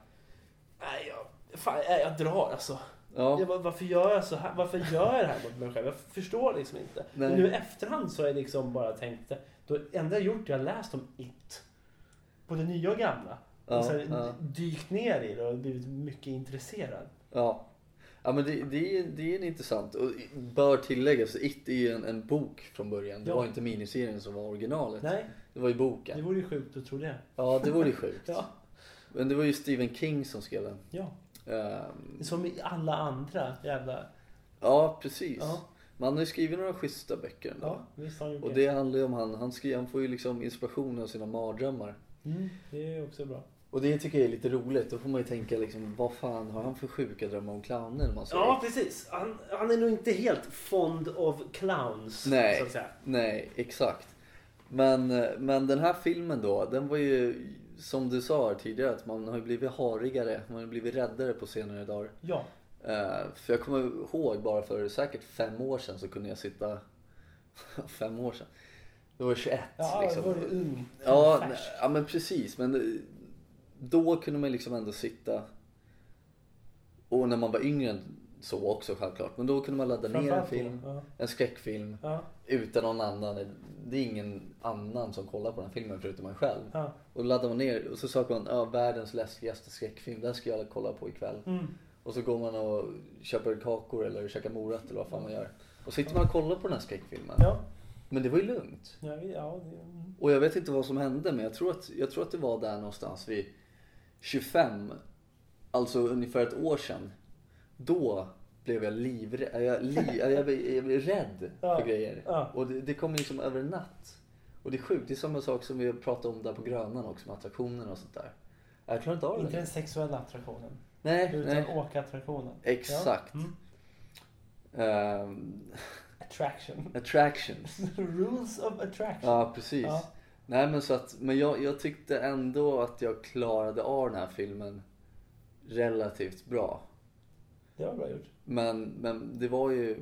[SPEAKER 2] nej jag, fan, nej, jag drar alltså.
[SPEAKER 1] Mm. Ja.
[SPEAKER 2] Jag bara, varför gör jag så här? Varför gör jag det här mot mig själv? Jag förstår liksom inte.
[SPEAKER 1] Nej.
[SPEAKER 2] Men nu i efterhand så har jag liksom bara tänkt det. Då enda jag gjort är att jag läst om It. Både nya och gamla.
[SPEAKER 1] Ja,
[SPEAKER 2] och sen
[SPEAKER 1] ja.
[SPEAKER 2] dykt ner i det och blivit mycket intresserad.
[SPEAKER 1] ja. Ja men det, det, är, det är en intressant och bör tilläggas, It är ju en, en bok från början. Det
[SPEAKER 2] Ja.
[SPEAKER 1] var inte miniserien som var originalet.
[SPEAKER 2] Nej,
[SPEAKER 1] Det var ju
[SPEAKER 2] det
[SPEAKER 1] boken.
[SPEAKER 2] vore ju sjukt att tro det.
[SPEAKER 1] Ja det vore ju sjukt.
[SPEAKER 2] (laughs) Ja.
[SPEAKER 1] Men det var ju Stephen King som skrev den.
[SPEAKER 2] ja.
[SPEAKER 1] Ehm,
[SPEAKER 2] Som i alla andra jävla...
[SPEAKER 1] ja precis.
[SPEAKER 2] Ja.
[SPEAKER 1] Man har ju skrivit några schyssta böcker ändå.
[SPEAKER 2] Ja, visst har han gjort
[SPEAKER 1] Och
[SPEAKER 2] det.
[SPEAKER 1] det handlar ju om han, han, skri, han får ju liksom inspiration av sina mardrömmar.
[SPEAKER 2] Mm, det är också bra.
[SPEAKER 1] Och det tycker jag är lite roligt, då får man ju tänka liksom vad fan har han för sjuka drömmar om clowner när man ser
[SPEAKER 2] Ja,
[SPEAKER 1] det?
[SPEAKER 2] precis. Han, han är nog inte helt fond of clowns.
[SPEAKER 1] Nej.
[SPEAKER 2] Så att säga.
[SPEAKER 1] Nej, exakt. Men, men den här filmen då, den var ju som du sa tidigare att man har ju blivit harigare, man har blivit räddare på senare dagar.
[SPEAKER 2] Ja.
[SPEAKER 1] Eh, för jag kommer ihåg bara för säkert fem år sedan så kunde jag sitta... (laughs) fem år sedan? Då var jag 21
[SPEAKER 2] Ja,
[SPEAKER 1] liksom.
[SPEAKER 2] då var du ung.
[SPEAKER 1] Ja,
[SPEAKER 2] Färsk.
[SPEAKER 1] nej, ja men precis. Men eh, då kunde man liksom ändå sitta... Och när man var yngre än så också självklart. Men då kunde man ladda ner en
[SPEAKER 2] Framförallt då.
[SPEAKER 1] film,
[SPEAKER 2] Ja.
[SPEAKER 1] en skräckfilm,
[SPEAKER 2] Ja.
[SPEAKER 1] utan någon annan. Det är ingen annan som kollar på den filmen förutom man själv.
[SPEAKER 2] Ja.
[SPEAKER 1] Och då laddar man ner och så söker man ja, världens läskigaste skräckfilm, den ska jag kolla på ikväll.
[SPEAKER 2] Mm.
[SPEAKER 1] Och så går man och köper kakor eller käkar morötter eller vad fan man gör. Och så sitter man och kollar på den här skräckfilmen.
[SPEAKER 2] Ja.
[SPEAKER 1] Men det var ju lugnt.
[SPEAKER 2] Ja, vi- ja, det- mm.
[SPEAKER 1] Och jag vet inte vad som hände men jag tror att, jag tror att det var där någonstans vid 25, alltså ungefär ett år sedan. Då blev jag livrädd, jag, li, jag, blev, jag blev
[SPEAKER 2] (laughs)
[SPEAKER 1] rädd
[SPEAKER 2] Ja,
[SPEAKER 1] för grejer.
[SPEAKER 2] ja.
[SPEAKER 1] Och det, det kom liksom över en natt. Och det är sjukt, det är samma sak som vi pratade om där på Grönan också med attraktionerna och sånt där. Jag klarar inte av
[SPEAKER 2] Inte
[SPEAKER 1] det.
[SPEAKER 2] den sexuella attraktionen.
[SPEAKER 1] Nej,
[SPEAKER 2] Utan
[SPEAKER 1] nej.
[SPEAKER 2] åkattraktionen.
[SPEAKER 1] Exakt.
[SPEAKER 2] Ja. Mm.
[SPEAKER 1] Ehm,
[SPEAKER 2] Attraction. (laughs)
[SPEAKER 1] attractions.
[SPEAKER 2] Rules of attraction.
[SPEAKER 1] Ja, precis.
[SPEAKER 2] Ja.
[SPEAKER 1] Nej men så att, men jag, jag tyckte ändå att jag klarade av den här filmen relativt bra.
[SPEAKER 2] Det var bra gjort.
[SPEAKER 1] Men, men det var ju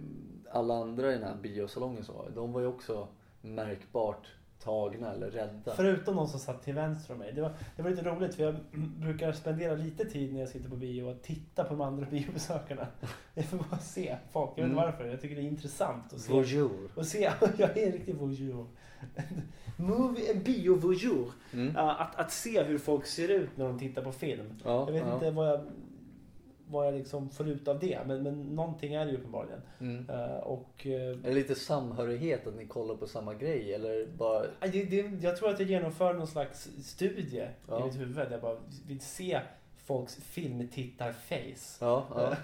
[SPEAKER 1] alla andra i den här biosalongen som var de var ju också märkbart tagna eller rädda.
[SPEAKER 2] Förutom de som satt till vänster om mig. Det var, det var lite roligt för jag (clears throat) mm, brukar spendera lite tid när jag sitter på bio att titta på de andra (laughs) biobesökarna. Jag får bara se folk. Jag vet inte
[SPEAKER 1] Mm.
[SPEAKER 2] varför. Jag tycker det är intressant att se.
[SPEAKER 1] Voyeur.
[SPEAKER 2] Och se, (laughs) jag är en riktig voyeur. (laughs) Movie, en bio-voyeur.
[SPEAKER 1] Mm.
[SPEAKER 2] Ja, Att, att se hur folk ser ut när de tittar på film.
[SPEAKER 1] Ja,
[SPEAKER 2] Jag vet
[SPEAKER 1] ja.
[SPEAKER 2] inte vad jag, vad jag liksom får ut av det, men, men någonting är det ju uppenbarligen.
[SPEAKER 1] Mm.
[SPEAKER 2] Eh, Och, eh,
[SPEAKER 1] Är det lite samhörighet att ni kollar på samma grej eller bara...
[SPEAKER 2] det, det, jag tror att jag genomför någon slags studie i
[SPEAKER 1] Ja.
[SPEAKER 2] mitt huvud. Jag bara vill se folks filmtittar-face. (laughs)
[SPEAKER 1] Ja, ja.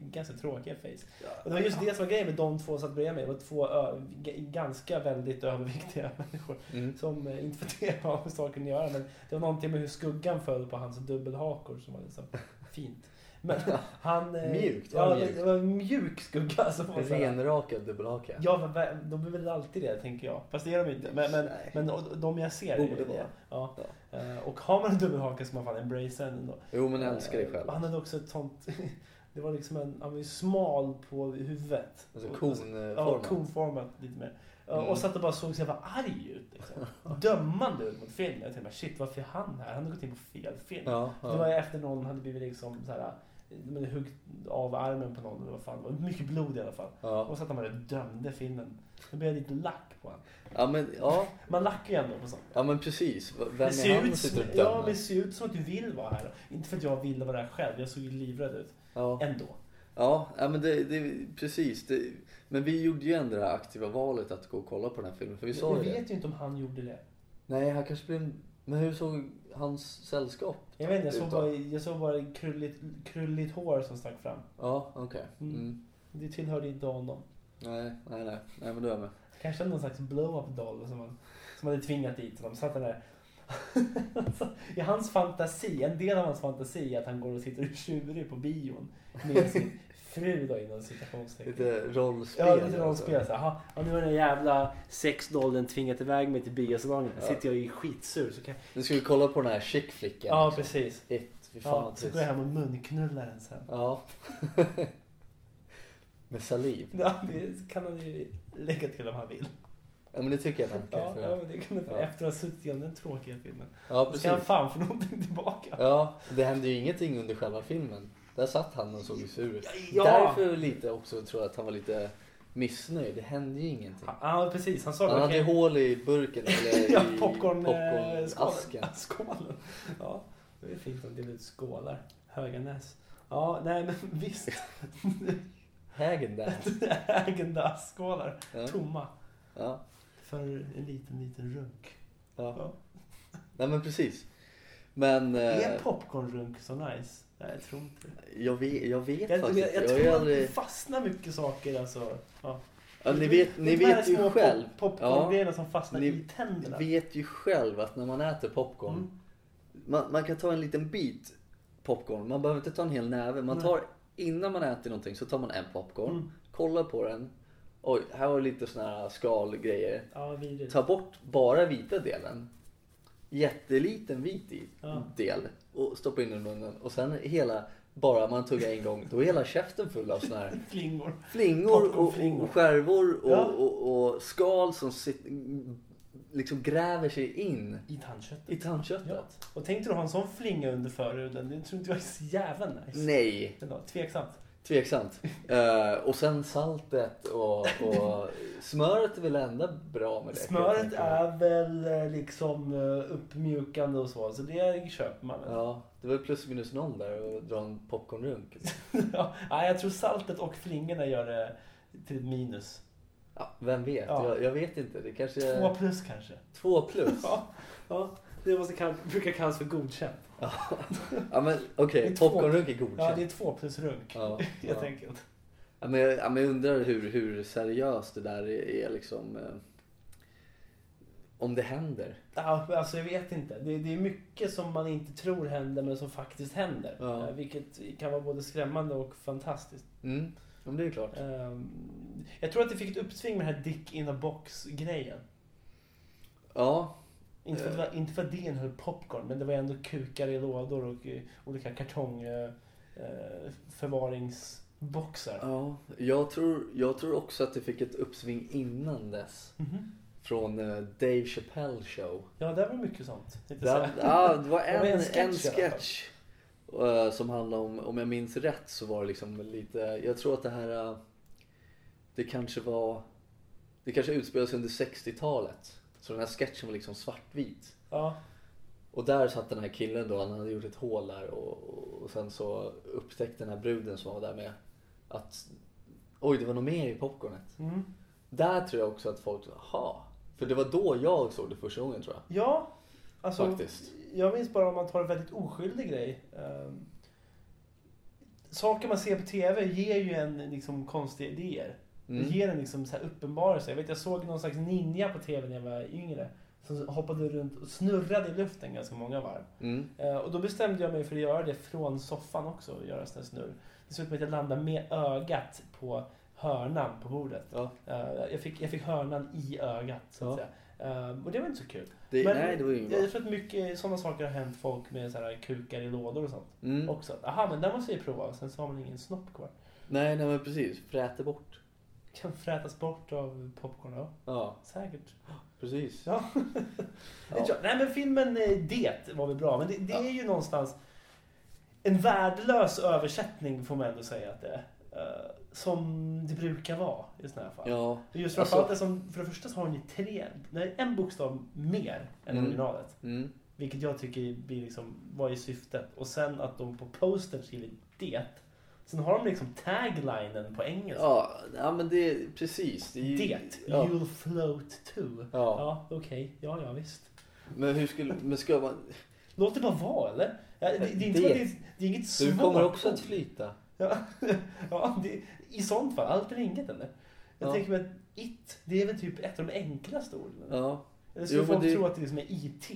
[SPEAKER 2] Ganska tråkiga face. Och det var just det som var grejen med de två som satt bredvid mig. Det var två ö, g- ganska väldigt överviktiga (laughs) människor.
[SPEAKER 1] Mm.
[SPEAKER 2] Som eh, inte för det har med saken att göra men det var någonting med hur skuggan föll på hans dubbelhakor som var liksom fint. Men han... eh,
[SPEAKER 1] Mjukt,
[SPEAKER 2] Ja,
[SPEAKER 1] var
[SPEAKER 2] det-
[SPEAKER 1] mjukt.
[SPEAKER 2] det var en mjuk skugga som var såhär.
[SPEAKER 1] Renrakad dubbelhaka.
[SPEAKER 2] Ja, men vä- de är väl alltid det tänker jag. Fast det är de inte. Men, men,
[SPEAKER 1] Nej.
[SPEAKER 2] men och- de jag ser är ju
[SPEAKER 1] Borde vara.
[SPEAKER 2] det. Ja. Eh, Och har man en dubbelhaka så man fan embracear den ändå.
[SPEAKER 1] Jo men jag älskar dig
[SPEAKER 2] Eh,
[SPEAKER 1] själv.
[SPEAKER 2] Han hade också ett sånt... (laughs) Det var liksom en... Han var ju smal på huvudet.
[SPEAKER 1] Alltså
[SPEAKER 2] Och- Ja,
[SPEAKER 1] konformen.
[SPEAKER 2] konformat lite mer. Ja,
[SPEAKER 1] Mm.
[SPEAKER 2] Och satt och bara såg så jävla arg ut. Liksom. Dömande ut mot filmen. Jag tänkte bara shit varför är han här? Han har gått in på fel film.
[SPEAKER 1] Ja,
[SPEAKER 2] Det var
[SPEAKER 1] ja.
[SPEAKER 2] efter någon hade blivit liksom så här, men huggt av armen på någon. eller Vad fan. Det var mycket blod i alla fall.
[SPEAKER 1] Ja.
[SPEAKER 2] Och satt han bara och dömde filmen. Då blev jag lite lack på honom.
[SPEAKER 1] ja men ja.
[SPEAKER 2] Man lackar ju ändå på sånt.
[SPEAKER 1] Ja men precis, V- vem
[SPEAKER 2] Det
[SPEAKER 1] är
[SPEAKER 2] ser,
[SPEAKER 1] han som
[SPEAKER 2] ut som,
[SPEAKER 1] sitter och
[SPEAKER 2] ja, men
[SPEAKER 1] dömer?
[SPEAKER 2] det ser ut som att du vill vara här. Inte för att jag ville vara där själv. Jag såg ju livrädd ut.
[SPEAKER 1] Ja,
[SPEAKER 2] Ändå.
[SPEAKER 1] ja ja, men det, det, precis. Det, men vi gjorde ju ändå det här aktiva valet att gå och kolla på den här filmen, för vi sa
[SPEAKER 2] jag
[SPEAKER 1] ju det.
[SPEAKER 2] vet ju inte om han gjorde det.
[SPEAKER 1] Nej, han kanske blev... Men hur såg hans sällskap?
[SPEAKER 2] Jag vet inte, jag såg
[SPEAKER 1] Ut
[SPEAKER 2] bara, jag såg bara krulligt, krulligt hår som stack fram.
[SPEAKER 1] Ja, okej.
[SPEAKER 2] Mm.
[SPEAKER 1] Mm.
[SPEAKER 2] Det tillhörde inte honom.
[SPEAKER 1] Nej, nej, nej. Nej, men då är jag med.
[SPEAKER 2] Kanske någon slags blow-up doll som, han, som hade tvingat dit honom. Satt han där. (laughs) I hans fantasi, en del av hans fantasi är att han går och sitter och tjurig på bion med sin fru då inom citationstecken.
[SPEAKER 1] Lite rollspel.
[SPEAKER 2] Ja, lite
[SPEAKER 1] alltså.
[SPEAKER 2] rollspel. Så här, "Jaha, ja, nu har den jävla sexdollen tvingat iväg mig till biosalongen.
[SPEAKER 1] Ja.
[SPEAKER 2] Sitter jag i skitsur så kan
[SPEAKER 1] Nu ska vi kolla på den här chick flickan.
[SPEAKER 2] Ja, precis.
[SPEAKER 1] Ett, fy fan
[SPEAKER 2] Ja,
[SPEAKER 1] vad
[SPEAKER 2] så
[SPEAKER 1] trist.
[SPEAKER 2] går jag hem och munknullar den sen.
[SPEAKER 1] Ja. (laughs) Med saliv.
[SPEAKER 2] Ja, det kan han ju lägga till om han vill.
[SPEAKER 1] Ja, men det tycker jag han kan
[SPEAKER 2] Ja,
[SPEAKER 1] få
[SPEAKER 2] ja,
[SPEAKER 1] göra.
[SPEAKER 2] men det kan du
[SPEAKER 1] Ja.
[SPEAKER 2] Efter att ha suttit igenom den tråkiga filmen.
[SPEAKER 1] Ja,
[SPEAKER 2] Då ska han
[SPEAKER 1] precis.
[SPEAKER 2] fan få någonting tillbaka.
[SPEAKER 1] Ja, det hände ju ingenting under själva filmen. Där satt han och såg sur ut.
[SPEAKER 2] Ja.
[SPEAKER 1] Därför lite också tror jag att han var lite missnöjd. Det hände ju ingenting.
[SPEAKER 2] Ja, precis. Han sa
[SPEAKER 1] Han
[SPEAKER 2] det.
[SPEAKER 1] hade ju
[SPEAKER 2] Okej.
[SPEAKER 1] hål i burken
[SPEAKER 2] (laughs)
[SPEAKER 1] eller
[SPEAKER 2] Ja,
[SPEAKER 1] i
[SPEAKER 2] popcorn, eh,
[SPEAKER 1] popcornasken.
[SPEAKER 2] skålen. skålen. Ja, det är fint att dela ut skålar. Höganäs. Ja, nej men visst. (laughs)
[SPEAKER 1] Hägen där.
[SPEAKER 2] Hägendass-skålar.
[SPEAKER 1] Ja,
[SPEAKER 2] Tomma.
[SPEAKER 1] ja,
[SPEAKER 2] För en liten, liten runk.
[SPEAKER 1] ja.
[SPEAKER 2] Ja.
[SPEAKER 1] Nej men precis. Men
[SPEAKER 2] Är
[SPEAKER 1] eh,
[SPEAKER 2] popcornrunk så nice? Nej, jag tror inte det.
[SPEAKER 1] jag vet, jag vet
[SPEAKER 2] Jag, jag,
[SPEAKER 1] faktiskt
[SPEAKER 2] jag,
[SPEAKER 1] inte. har
[SPEAKER 2] tror
[SPEAKER 1] ju
[SPEAKER 2] att det
[SPEAKER 1] aldrig...
[SPEAKER 2] fastnar mycket saker alltså. Ja.
[SPEAKER 1] ja, Ni vet,
[SPEAKER 2] Det är
[SPEAKER 1] ni
[SPEAKER 2] de här
[SPEAKER 1] vet ju
[SPEAKER 2] små
[SPEAKER 1] själv.
[SPEAKER 2] Pop, popcorngrejerna som fastnar
[SPEAKER 1] Ni
[SPEAKER 2] i tänderna.
[SPEAKER 1] vet ju själv att när man äter popcorn
[SPEAKER 2] Mm.
[SPEAKER 1] man, man kan ta en liten bit popcorn. Man behöver inte ta en hel näve. Man
[SPEAKER 2] Nej.
[SPEAKER 1] tar, innan man äter någonting så tar man en popcorn,
[SPEAKER 2] Mm.
[SPEAKER 1] kollar på den oj, här var lite såna här skalgrejer.
[SPEAKER 2] Ja, vidrigt.
[SPEAKER 1] Ta bort bara vita delen. Jätteliten vit i-
[SPEAKER 2] Ja.
[SPEAKER 1] del och stoppa in den i munnen och sen hela, bara man tuggar en gång, då är hela käften full av såna här
[SPEAKER 2] Flingor.
[SPEAKER 1] flingor och,
[SPEAKER 2] Popcornflingor.
[SPEAKER 1] och skärvor och,
[SPEAKER 2] Ja.
[SPEAKER 1] och, och skal som sit, liksom gräver sig in
[SPEAKER 2] I tandköttet.
[SPEAKER 1] i tandköttet.
[SPEAKER 2] Ja. Och tänkte du ha en sån flinga under förhuden? Det tror inte jag är så jävla nice.
[SPEAKER 1] Nej,
[SPEAKER 2] Ändå, Tveksamt.
[SPEAKER 1] tveksamt. Eh, och sen saltet och, och smöret är väl ändå bra med det. kan jag
[SPEAKER 2] Smöret
[SPEAKER 1] tänka mig.
[SPEAKER 2] är väl eh, liksom eh, uppmjukande och så, så det köper man. (laughs) Ja.
[SPEAKER 1] Ja, det var plus minus noll där och dra en popcornrunk.
[SPEAKER 2] Nej, jag tror saltet och flingorna gör det till ett minus.
[SPEAKER 1] Ja, vem vet?
[SPEAKER 2] Ja.
[SPEAKER 1] Jag, jag vet inte. Det kanske
[SPEAKER 2] Två
[SPEAKER 1] är
[SPEAKER 2] plus kanske.
[SPEAKER 1] två plus.
[SPEAKER 2] Ja, ja det måste kall- brukar kallas för godkänt.
[SPEAKER 1] Ja, men okej.
[SPEAKER 2] Det är två.
[SPEAKER 1] popcornrunk är
[SPEAKER 2] Ja, det
[SPEAKER 1] godkänt.
[SPEAKER 2] är två plus runk. (laughs)
[SPEAKER 1] Ja,
[SPEAKER 2] Helt
[SPEAKER 1] ja.
[SPEAKER 2] enkelt.
[SPEAKER 1] Ja, men, jag- ja, men jag undrar hur, hur seriöst det där är, är liksom. Eh, om det händer.
[SPEAKER 2] Ja, men alltså jag vet inte. Det, det är mycket som man inte tror händer men som faktiskt händer.
[SPEAKER 1] Ja.
[SPEAKER 2] Eh, Vilket kan vara både skrämmande och fantastiskt.
[SPEAKER 1] Mm, om det är klart.
[SPEAKER 2] Ehm, Jag tror att det fick ett uppsving med den här Dick in a box-grejen.
[SPEAKER 1] Ja,
[SPEAKER 2] Inte för, att, det var- inte för att det innehöll popcorn, men det var ändå kukar i lådor och eh, olika eh, kartongförvaringsboxar.
[SPEAKER 1] ja jag, tror, jag tror också att det fick ett uppsving innan dess.
[SPEAKER 2] Mhm.
[SPEAKER 1] Från eh, Dave Chappelle show.
[SPEAKER 2] Ja, där var mycket sånt. tänkte jag
[SPEAKER 1] Där,
[SPEAKER 2] säga.
[SPEAKER 1] ja,
[SPEAKER 2] (laughs)
[SPEAKER 1] det var en,
[SPEAKER 2] var en
[SPEAKER 1] en
[SPEAKER 2] sketch
[SPEAKER 1] sketch,
[SPEAKER 2] i alla fall.
[SPEAKER 1] eh, som handlade om, om jag minns rätt så var det liksom lite, jag tror att det här, eh, det kanske var, det kanske utspelade sig under 60-talet. Så den här sketchen var liksom svartvit.
[SPEAKER 2] Ja,
[SPEAKER 1] Och där satt den här killen då, han hade gjort ett hål där och, och sen så upptäckte den här bruden som var där med att oj det var nog mer i popcornet.
[SPEAKER 2] mm.
[SPEAKER 1] Där tror jag också att folk, jaha. För det var då jag såg det första gången tror jag.
[SPEAKER 2] ja alltså.
[SPEAKER 1] Faktiskt.
[SPEAKER 2] Jag minns bara om man tar en väldigt oskyldig grej. Ehm, saker man ser på TV ger ju en liksom konstiga idéer. Det
[SPEAKER 1] Mm.
[SPEAKER 2] ger en liksom så här uppenbarelse. Jag vet jag såg någon slags ninja på TV när jag var yngre. Som hoppade runt och snurrade i luften ganska många varv.
[SPEAKER 1] Mm.
[SPEAKER 2] Eh, Och då bestämde jag mig för att göra det från soffan också, och göra sån här snurr. Det såg ut som att jag landade med ögat på hörnan på bordet.
[SPEAKER 1] Ja.
[SPEAKER 2] Eh, Jag fick, jag fick hörnan i ögat, så att
[SPEAKER 1] Ja.
[SPEAKER 2] säga. Eh, Och det var inte så kul.
[SPEAKER 1] Det,
[SPEAKER 2] Men
[SPEAKER 1] nej det var ju inget bra.
[SPEAKER 2] Jag tror att mycket sådana saker har hänt folk med så här kukar i lådor och sånt
[SPEAKER 1] Mm.
[SPEAKER 2] också. Aha, men den måste vi prova. Sen så har man ingen snopp kvar.
[SPEAKER 1] Nej, nej men precis. Fräter bort.
[SPEAKER 2] Kan frätas bort av popcorn, ja.
[SPEAKER 1] Ja,
[SPEAKER 2] Säkert.
[SPEAKER 1] precis. (laughs)
[SPEAKER 2] Ja.
[SPEAKER 1] Ja.
[SPEAKER 2] Nej, men filmen eh, Det var väl bra. Men det, det
[SPEAKER 1] Ja.
[SPEAKER 2] är ju någonstans en värdelös översättning får man ändå säga att det är. Eh, Som det brukar vara i sådana här fall.
[SPEAKER 1] Ja,
[SPEAKER 2] Just
[SPEAKER 1] Alltså-
[SPEAKER 2] framförallt alltså... som, för det första så har den ju tre, nej, en bokstav mer än
[SPEAKER 1] Mm.
[SPEAKER 2] originalet.
[SPEAKER 1] mm.
[SPEAKER 2] Vilket jag tycker blir liksom, vad är syftet? Och sen att de på postern skriver det. Sen har de liksom taglinen på engelska.
[SPEAKER 1] ja, ja men det, precis. Det, är ju-
[SPEAKER 2] Det,
[SPEAKER 1] Ja.
[SPEAKER 2] you'll float too. Ja,
[SPEAKER 1] Ja.
[SPEAKER 2] okej. Ja, ja, visst.
[SPEAKER 1] Men hur skulle, men ska man,
[SPEAKER 2] Låt det bara vara, eller? Ja, det, det, är inte
[SPEAKER 1] Det.
[SPEAKER 2] det. Det, är, det är inget svårt.
[SPEAKER 1] du kommer också att flyta.
[SPEAKER 2] Ja, (laughs) ja det, I sånt fall, allt eller inget, eller? Jag
[SPEAKER 1] Ja.
[SPEAKER 2] tänker mig att it, det är väl typ ett av de enklaste orden. eller?
[SPEAKER 1] Ja.
[SPEAKER 2] Eller skulle
[SPEAKER 1] Jo, men
[SPEAKER 2] folk
[SPEAKER 1] det-
[SPEAKER 2] tro att det liksom är IT?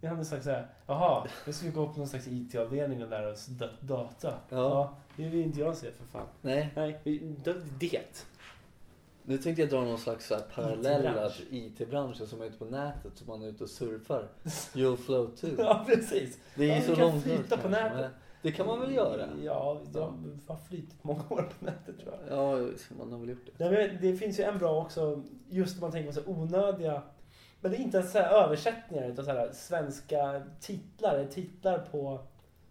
[SPEAKER 2] Det hade sagt såhär, jaha, nu ska vi gå på någon slags IT-avdelning och lära oss da- data.
[SPEAKER 1] Ja.
[SPEAKER 2] Det vill inte jag se för fan.
[SPEAKER 1] Nej,
[SPEAKER 2] Nej, vi- det. det.
[SPEAKER 1] nu tänkte jag dra någon slags så här parallell
[SPEAKER 2] IT-bransch.
[SPEAKER 1] att IT-branschen som är ute på nätet som man är ute och surfar. You'll float too.
[SPEAKER 2] (laughs) Ja, precis.
[SPEAKER 1] Det är
[SPEAKER 2] Ja,
[SPEAKER 1] ju
[SPEAKER 2] du
[SPEAKER 1] så
[SPEAKER 2] kan
[SPEAKER 1] långt
[SPEAKER 2] flyta
[SPEAKER 1] bort
[SPEAKER 2] på
[SPEAKER 1] kanske,
[SPEAKER 2] nätet.
[SPEAKER 1] men Det kan man väl göra?
[SPEAKER 2] Ja, jag
[SPEAKER 1] Ja.
[SPEAKER 2] har flytit många år på nätet tror jag.
[SPEAKER 1] Ja, man har väl gjort det.
[SPEAKER 2] Nej, men det finns ju en bra också, just om man tänker på så här onödiga, men det är inte ens så här översättningar utan så här svenska titlar, eller titlar på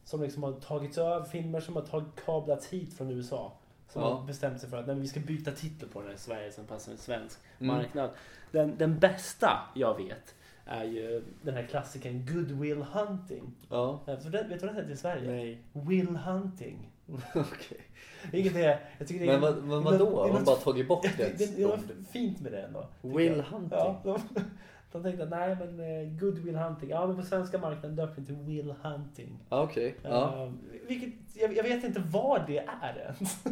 [SPEAKER 2] som liksom har tagits över, filmer som har tagit, kablats hit från USA. Som
[SPEAKER 1] Ja.
[SPEAKER 2] har bestämt sig för att nej, men vi ska byta titel på den här i Sverige som passar en svensk
[SPEAKER 1] Mm.
[SPEAKER 2] marknad. Den, den bästa jag vet är ju den här klassikern Good Will Hunting.
[SPEAKER 1] Ja.
[SPEAKER 2] Eh, För den, vet du vad den heter i Sverige?
[SPEAKER 1] Nej.
[SPEAKER 2] Will Hunting.
[SPEAKER 1] (laughs) Okej.
[SPEAKER 2] Vilket är, jag tycker det är
[SPEAKER 1] Men, vad, men vadå?
[SPEAKER 2] det är
[SPEAKER 1] Har man
[SPEAKER 2] något
[SPEAKER 1] bara tagit bort
[SPEAKER 2] (laughs)
[SPEAKER 1] det?
[SPEAKER 2] det, det, det var fint med det ändå. tycker
[SPEAKER 1] Will
[SPEAKER 2] jag.
[SPEAKER 1] hunting.
[SPEAKER 2] Ja, de, de tänkte att nej men eh, good will hunting. Ja men på svenska marknaden döper vi till will hunting.
[SPEAKER 1] Ja, Okej. Ja.
[SPEAKER 2] Eh, vilket, jag, jag vet inte vad det är ens.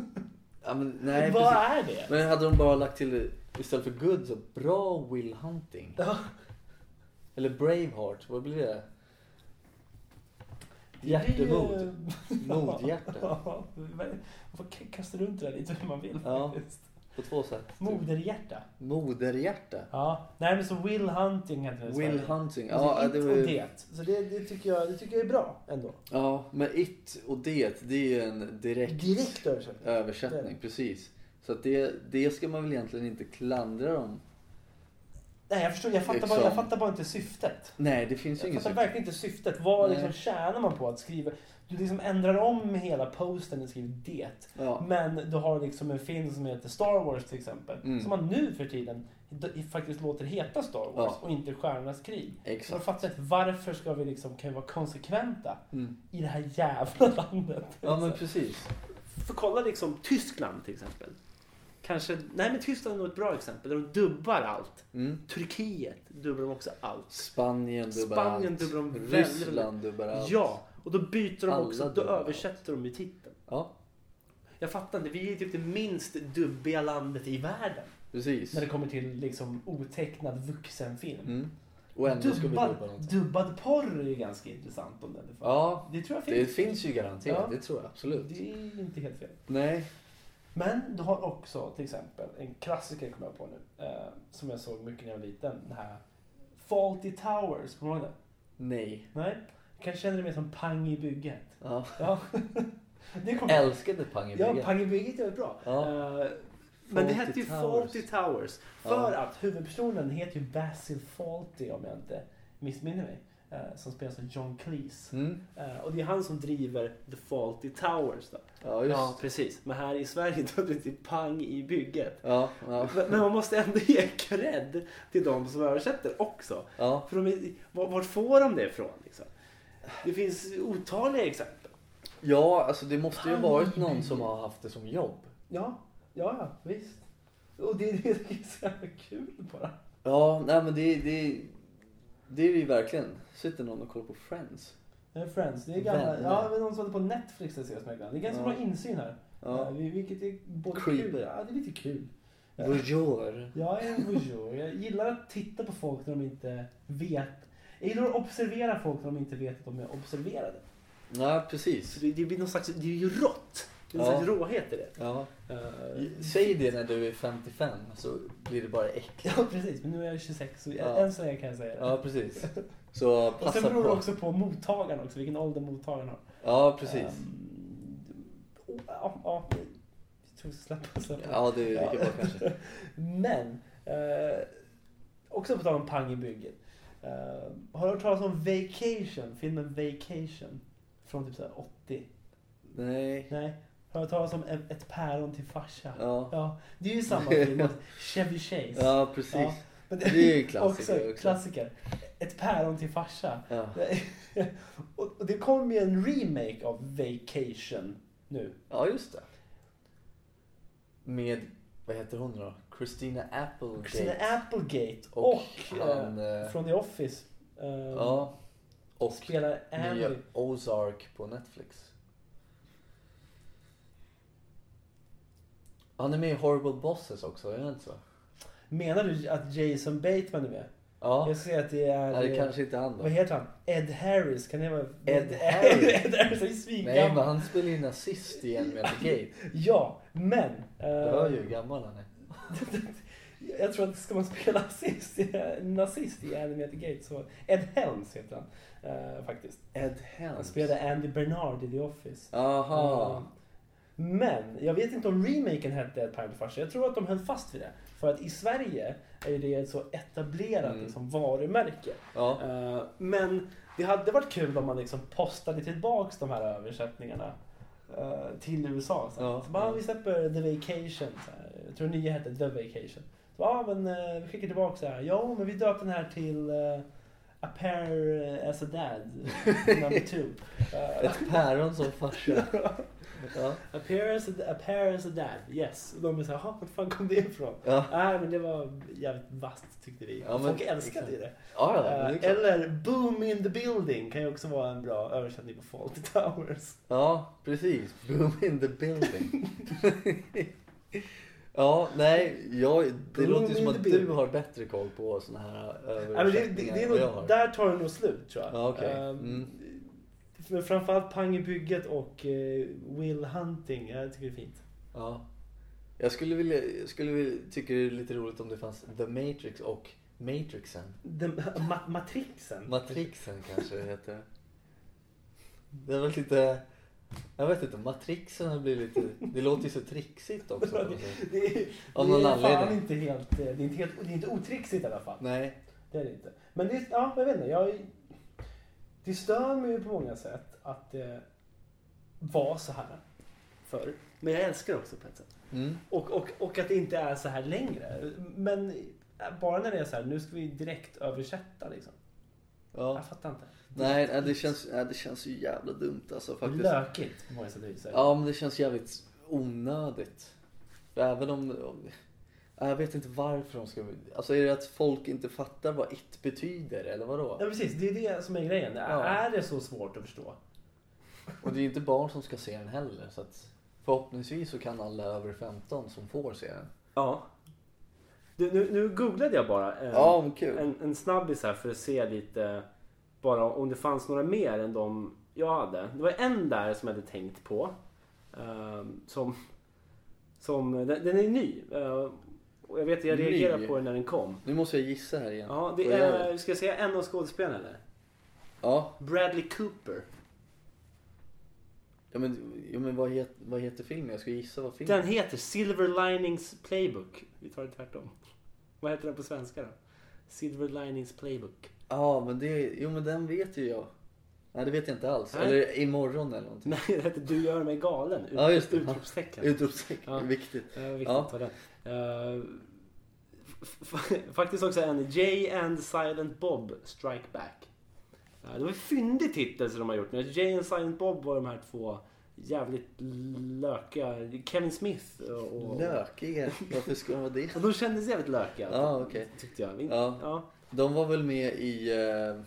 [SPEAKER 1] ja men, nej,
[SPEAKER 2] (laughs) vad
[SPEAKER 1] precis.
[SPEAKER 2] är det?
[SPEAKER 1] Men hade de bara lagt till istället för good så bra Will Hunting.
[SPEAKER 2] Ja.
[SPEAKER 1] Eller Braveheart, vad blir det?
[SPEAKER 2] Det är ju-
[SPEAKER 1] Hjärtemod. Modhjärta.
[SPEAKER 2] (laughs) Ja, men Man får k- kasta runt det där lite hur man vill
[SPEAKER 1] Ja.
[SPEAKER 2] faktiskt.
[SPEAKER 1] På två sätt. typ.
[SPEAKER 2] Moderhjärta.
[SPEAKER 1] Moderhjärta.
[SPEAKER 2] Ja. Nej men så Will Hunting heter det i
[SPEAKER 1] Will
[SPEAKER 2] Sverige.
[SPEAKER 1] Hunting.
[SPEAKER 2] Alltså,
[SPEAKER 1] Ja,
[SPEAKER 2] it
[SPEAKER 1] det var
[SPEAKER 2] och
[SPEAKER 1] ju,
[SPEAKER 2] det. Så det, det, tycker jag, det tycker jag är bra ändå.
[SPEAKER 1] ja, men It och Det, det är ju en direkt
[SPEAKER 2] Direkt översättning.
[SPEAKER 1] översättning. Precis. Så att det, det ska man väl egentligen inte klandra dem.
[SPEAKER 2] Nej jag förstår, jag fattar, bara,
[SPEAKER 1] Liksom.
[SPEAKER 2] jag fattar bara inte syftet.
[SPEAKER 1] Nej, det finns ju
[SPEAKER 2] Jag
[SPEAKER 1] ingen
[SPEAKER 2] fattar
[SPEAKER 1] syfte.
[SPEAKER 2] verkligen inte syftet. Vad
[SPEAKER 1] Nej.
[SPEAKER 2] liksom tjänar man på att skriva? Du liksom ändrar om hela posten och skriver det.
[SPEAKER 1] Ja.
[SPEAKER 2] Men du har liksom en film som heter Star Wars till exempel.
[SPEAKER 1] Mm.
[SPEAKER 2] Som man nu för tiden d- faktiskt låter heta Star Wars
[SPEAKER 1] Ja.
[SPEAKER 2] och inte Stjärnornas krig. Så jag
[SPEAKER 1] Exakt.
[SPEAKER 2] fattar inte varför ska vi liksom kan vi vara konsekventa
[SPEAKER 1] Mm.
[SPEAKER 2] i det här jävla (laughs) landet?
[SPEAKER 1] Ja, men precis.
[SPEAKER 2] För kolla liksom Tyskland till exempel. Kanske, nej men Tyskland är nog ett bra exempel. Där de dubbar allt.
[SPEAKER 1] Mm.
[SPEAKER 2] Turkiet dubbar de också allt.
[SPEAKER 1] Spanien dubbar
[SPEAKER 2] Spanien
[SPEAKER 1] allt.
[SPEAKER 2] dubbar de väldigt-
[SPEAKER 1] Ryssland dubbar allt.
[SPEAKER 2] Ja, och då byter de
[SPEAKER 1] Alla
[SPEAKER 2] också, då
[SPEAKER 1] dubbar allt.
[SPEAKER 2] översätter de ju titeln.
[SPEAKER 1] ja,
[SPEAKER 2] Jag fattar inte, vi är typ det minst dubbiga landet i världen.
[SPEAKER 1] precis.
[SPEAKER 2] När det kommer till liksom otecknad vuxenfilm.
[SPEAKER 1] Mm. Och ändå ska vi dubba
[SPEAKER 2] dubbad,
[SPEAKER 1] någonting.
[SPEAKER 2] dubbad porr är ju ganska intressant om den är fan.
[SPEAKER 1] Ja,
[SPEAKER 2] Det tror jag
[SPEAKER 1] det
[SPEAKER 2] finns.
[SPEAKER 1] finns ju garanterat.
[SPEAKER 2] Ja.
[SPEAKER 1] Det tror jag absolut.
[SPEAKER 2] Det är inte helt fel.
[SPEAKER 1] Nej.
[SPEAKER 2] Men du har också till exempel en klassiker kommer jag på nu. Eh, som jag såg mycket när jag var liten. Den här Faulty Towers, kommer du ihåg den?
[SPEAKER 1] Nej.
[SPEAKER 2] Nej? Jag kanske känner det mer som Pang i bygget. (laughs)
[SPEAKER 1] Ja.
[SPEAKER 2] Ja. det kommer jag ihåg.
[SPEAKER 1] Älskade Pang i
[SPEAKER 2] Ja,
[SPEAKER 1] bygget.
[SPEAKER 2] Pang i bygget är väl bra.
[SPEAKER 1] Ja.
[SPEAKER 2] Eh, men det
[SPEAKER 1] Fawlty
[SPEAKER 2] hette ju
[SPEAKER 1] Towers.
[SPEAKER 2] Faulty Towers. För
[SPEAKER 1] Ja.
[SPEAKER 2] att huvudpersonen heter ju Basil Faulty om jag inte missminner mig. eh, Som spelas av John Cleese.
[SPEAKER 1] Mm.
[SPEAKER 2] Eh, Och det är han som driver The Faulty Towers. Då.
[SPEAKER 1] Ja, just
[SPEAKER 2] Ja,
[SPEAKER 1] det.
[SPEAKER 2] precis. Men här i Sverige (laughs) då blir det typ pang i bygget.
[SPEAKER 1] Ja, ja,
[SPEAKER 2] Men- Men man måste ändå ge cred till de som översätter också.
[SPEAKER 1] ja.
[SPEAKER 2] För de är, var, var får de det ifrån? Liksom? Det finns otaliga exempel.
[SPEAKER 1] Ja, alltså det måste ju
[SPEAKER 2] Pang
[SPEAKER 1] varit
[SPEAKER 2] i
[SPEAKER 1] någon
[SPEAKER 2] bygget.
[SPEAKER 1] som har haft det som jobb.
[SPEAKER 2] Ja, ja, ja visst. Och det är det jag tycker är så jävla kul bara.
[SPEAKER 1] Ja, nej men det, det, det är det ju verkligen. Sitter någon och kollar på Friends.
[SPEAKER 2] Eh, Friends, det är gamla,
[SPEAKER 1] Vänner.
[SPEAKER 2] ja, men någon som håller på Netflix det ser jag som ibland. Det är ganska
[SPEAKER 1] Ja.
[SPEAKER 2] bra insyn här. Eh,
[SPEAKER 1] Ja.
[SPEAKER 2] vi- Vilket är både
[SPEAKER 1] Creep.
[SPEAKER 2] kul, ja det är lite kul. Ja.
[SPEAKER 1] Voyeur.
[SPEAKER 2] Jag är en voyeur. Jag gillar att titta på folk när de inte vet. Jag gillar att observera folk när de inte vet att de är observerade.
[SPEAKER 1] Ja, precis.
[SPEAKER 2] Så det, det blir någon slags, det är ju rått. Det är någon
[SPEAKER 1] Ja.
[SPEAKER 2] slags råhet i det.
[SPEAKER 1] Ja.
[SPEAKER 2] Eh,
[SPEAKER 1] Säg det när du är 55 så blir det bara äckligt.
[SPEAKER 2] (laughs) ja precis, men nu är jag 26 så
[SPEAKER 1] Ja.
[SPEAKER 2] än så länge kan jag säga det.
[SPEAKER 1] Ja, precis. Så
[SPEAKER 2] Och sen
[SPEAKER 1] passa
[SPEAKER 2] beror det
[SPEAKER 1] på.
[SPEAKER 2] också på mottagaren också, vilken ålder mottagaren har.
[SPEAKER 1] Ja, precis.
[SPEAKER 2] Eh, och- Ja, ja. Jag tror vi ska släppa, släppa. det.
[SPEAKER 1] Ja, det är lika
[SPEAKER 2] Ja.
[SPEAKER 1] bra kanske.
[SPEAKER 2] (laughs) Men, eh, också på tal om pang i bygget. Eh, har du hört talas om Vacation? Filmen Vacation? Från typ så här 80?
[SPEAKER 1] Nej.
[SPEAKER 2] Nej? Har du hört talas om Ett ett päron till farsa?
[SPEAKER 1] Ja,
[SPEAKER 2] Ja, det är ju samma
[SPEAKER 1] (laughs)
[SPEAKER 2] film. alltså, Chevy Chase.
[SPEAKER 1] ja precis.
[SPEAKER 2] Ja. Men
[SPEAKER 1] Det är ju klassiker
[SPEAKER 2] också.
[SPEAKER 1] också.
[SPEAKER 2] klassiker. Ett päron till farsa.
[SPEAKER 1] Ja.
[SPEAKER 2] (laughs) och och det kom ju en remake av Vacation nu.
[SPEAKER 1] ja, just det. Med, vad heter hon då? Christina Applegate.
[SPEAKER 2] Christina Applegate och,
[SPEAKER 1] Och han,
[SPEAKER 2] eh,
[SPEAKER 1] eh,
[SPEAKER 2] från The Office. eh,
[SPEAKER 1] Ja. Och
[SPEAKER 2] Spelar Andy.
[SPEAKER 1] nya Ozark på Netflix. Han är med i Horrible Bosses också, är han inte så?
[SPEAKER 2] Menar du att Jason Bateman är med?
[SPEAKER 1] Ja.
[SPEAKER 2] Jag ser att det är...
[SPEAKER 1] Nej, det kanske inte är han då.
[SPEAKER 2] Vad heter han? Ed Harris? Kan det vara...
[SPEAKER 1] Ed Harris?
[SPEAKER 2] (laughs) Ed Harris är ju
[SPEAKER 1] Nej, men
[SPEAKER 2] svingammal.
[SPEAKER 1] han spelar ju nazist i Enemy at the Gate.
[SPEAKER 2] (laughs) Ja, men...
[SPEAKER 1] Du
[SPEAKER 2] eh,
[SPEAKER 1] hör ju hur gammal han är.
[SPEAKER 2] (laughs) Jag tror att ska man spela (laughs) nazist, nazist i Anime at the Gate så... Ed Helms heter han eh, faktiskt.
[SPEAKER 1] Ed
[SPEAKER 2] Han
[SPEAKER 1] Helms.
[SPEAKER 2] spelade Andy Bernard i The Office.
[SPEAKER 1] Aha.
[SPEAKER 2] Mm. Men jag vet inte om remaken hette Ett päron farsa. Jag tror att de höll fast vid det. För att i Sverige är det ett så etablerat
[SPEAKER 1] Mm.
[SPEAKER 2] liksom, varumärke.
[SPEAKER 1] Ja.
[SPEAKER 2] Eh, men det hade varit kul om man liksom postade tillbaks de här översättningarna eh, till USA. Så,
[SPEAKER 1] Ja,
[SPEAKER 2] så bara, "Ah,
[SPEAKER 1] ja.
[SPEAKER 2] vi släpper The Vacation. Så här. Jag tror nya hette The Vacation. Så, ah, men, eh, vi skickar tillbaks det här. Ja, men vi döpte den här till eh, A Pair as a Dad,
[SPEAKER 1] (laughs)
[SPEAKER 2] number two. Eh,
[SPEAKER 1] Ett päron som
[SPEAKER 2] (laughs)
[SPEAKER 1] farsa. Ja.
[SPEAKER 2] Appearance and, appearance and dad, yes. Och de är såhär, "Jaha, var fan kom det ifrån?
[SPEAKER 1] Ja.
[SPEAKER 2] Nej men det var jävligt vasst tyckte vi.
[SPEAKER 1] Ja, men-
[SPEAKER 2] Folk älskade ju det.
[SPEAKER 1] Ja, ja, det är
[SPEAKER 2] Eh,
[SPEAKER 1] klart.
[SPEAKER 2] Eller Boom in the building kan ju också vara en bra översättning på Faulty (laughs) Towers.
[SPEAKER 1] Ja, precis. Boom in the building. (laughs) ja, nej. Jag, det
[SPEAKER 2] Boom
[SPEAKER 1] låter
[SPEAKER 2] in
[SPEAKER 1] som
[SPEAKER 2] the
[SPEAKER 1] att du
[SPEAKER 2] building.
[SPEAKER 1] har bättre koll på såna här eh,
[SPEAKER 2] Nej, men det, det,
[SPEAKER 1] översättningar
[SPEAKER 2] det är
[SPEAKER 1] än vad jag har.
[SPEAKER 2] nog, där tar det nog slut tror jag.
[SPEAKER 1] Ja, okej.
[SPEAKER 2] Ehm,
[SPEAKER 1] Mm.
[SPEAKER 2] Men framförallt Pang i bygget och eh, Will Hunting, jag tycker det är fint.
[SPEAKER 1] Ja. Jag skulle vilja, jag skulle vilja, tycker det är lite roligt om det fanns The Matrix och Matrixen.
[SPEAKER 2] Den, ma- matrixen?
[SPEAKER 1] Matrixen kanske det heter. Det var lite, jag vet inte, Matrixen har blivit lite, det låter ju så trixigt
[SPEAKER 2] (laughs)
[SPEAKER 1] också. på något sätt.
[SPEAKER 2] (laughs) Det är,
[SPEAKER 1] Av
[SPEAKER 2] det
[SPEAKER 1] någon
[SPEAKER 2] är fan
[SPEAKER 1] anledning.
[SPEAKER 2] inte helt, eh, det är inte helt, det är inte otrixigt i alla fall.
[SPEAKER 1] Nej,
[SPEAKER 2] Det är det inte. Men det, ja, jag vet inte. Jag, det stör mig ju på många sätt att det var så här förr. Men jag älskar det också på ett sätt.
[SPEAKER 1] mm.
[SPEAKER 2] Och, och, och att det inte är så här längre. Men bara när det är så här, nu ska vi direkt översätta liksom.
[SPEAKER 1] ja.
[SPEAKER 2] Jag fattar inte.
[SPEAKER 1] Nej, nej, det känns, nej, det känns ju jävla dumt alltså faktiskt.
[SPEAKER 2] Lökigt på många sätt och vis.
[SPEAKER 1] Ja, men det känns jävligt onödigt. För även om... om Ja, jag vet inte varför de ska... Alltså är det att folk inte fattar vad it betyder eller
[SPEAKER 2] Ja
[SPEAKER 1] vadå?
[SPEAKER 2] precis, det är det som är grejen.
[SPEAKER 1] Ja.
[SPEAKER 2] Är det så svårt att förstå?
[SPEAKER 1] Och det är ju inte barn som ska se den heller så att förhoppningsvis så kan alla över 15 som får se den.
[SPEAKER 2] Ja. Du, nu, nu googlade jag bara eh, en,
[SPEAKER 1] Ja, men kul.
[SPEAKER 2] en, en snabbis här för att se lite bara om det fanns några mer än de jag hade. Det var en där som jag hade tänkt på. ehm, som, som, den, den är ny. ehm, och jag vet att jag
[SPEAKER 1] Ny?
[SPEAKER 2] reagerade på den när den kom.
[SPEAKER 1] Nu måste jag gissa här igen.
[SPEAKER 2] Ja, det
[SPEAKER 1] Vad gör
[SPEAKER 2] är,
[SPEAKER 1] jag?
[SPEAKER 2] ska jag säga en av skådespelarna eller?
[SPEAKER 1] Ja,
[SPEAKER 2] Bradley Cooper.
[SPEAKER 1] ja men, ja, men vad, het, vad heter filmen? Jag ska gissa vad filmen
[SPEAKER 2] Den heter Silver Linings Playbook. Vi tar det tvärtom. Vad heter den på svenska då? Silver Linings Playbook.
[SPEAKER 1] Ja, men det... Jo, men den vet ju jag. Nej, det vet jag inte alls.
[SPEAKER 2] Nej.
[SPEAKER 1] Eller imorgon eller någonting.
[SPEAKER 2] Nej, det heter Du gör mig galen. Ut,
[SPEAKER 1] Ja, just det.
[SPEAKER 2] Utropstecken.
[SPEAKER 1] Utropstecken.
[SPEAKER 2] Ja.
[SPEAKER 1] Viktigt.
[SPEAKER 2] Eh, viktigt
[SPEAKER 1] Ja.
[SPEAKER 2] att ta det. Eh, f- f- (laughs) faktiskt också en Jay and Silent Bob Strike Back. Eh, det var en fyndig titel som de har gjort nu. Jay and Silent Bob var de här två jävligt löka. Kevin Smith och... och
[SPEAKER 1] Lökiga. Varför ska de vara
[SPEAKER 2] (laughs)
[SPEAKER 1] det?
[SPEAKER 2] och de kändes jävligt lökiga.
[SPEAKER 1] Ja, Ah, okej.
[SPEAKER 2] Tyckte jag. In-
[SPEAKER 1] Ja.
[SPEAKER 2] Ja.
[SPEAKER 1] De var väl med i eh,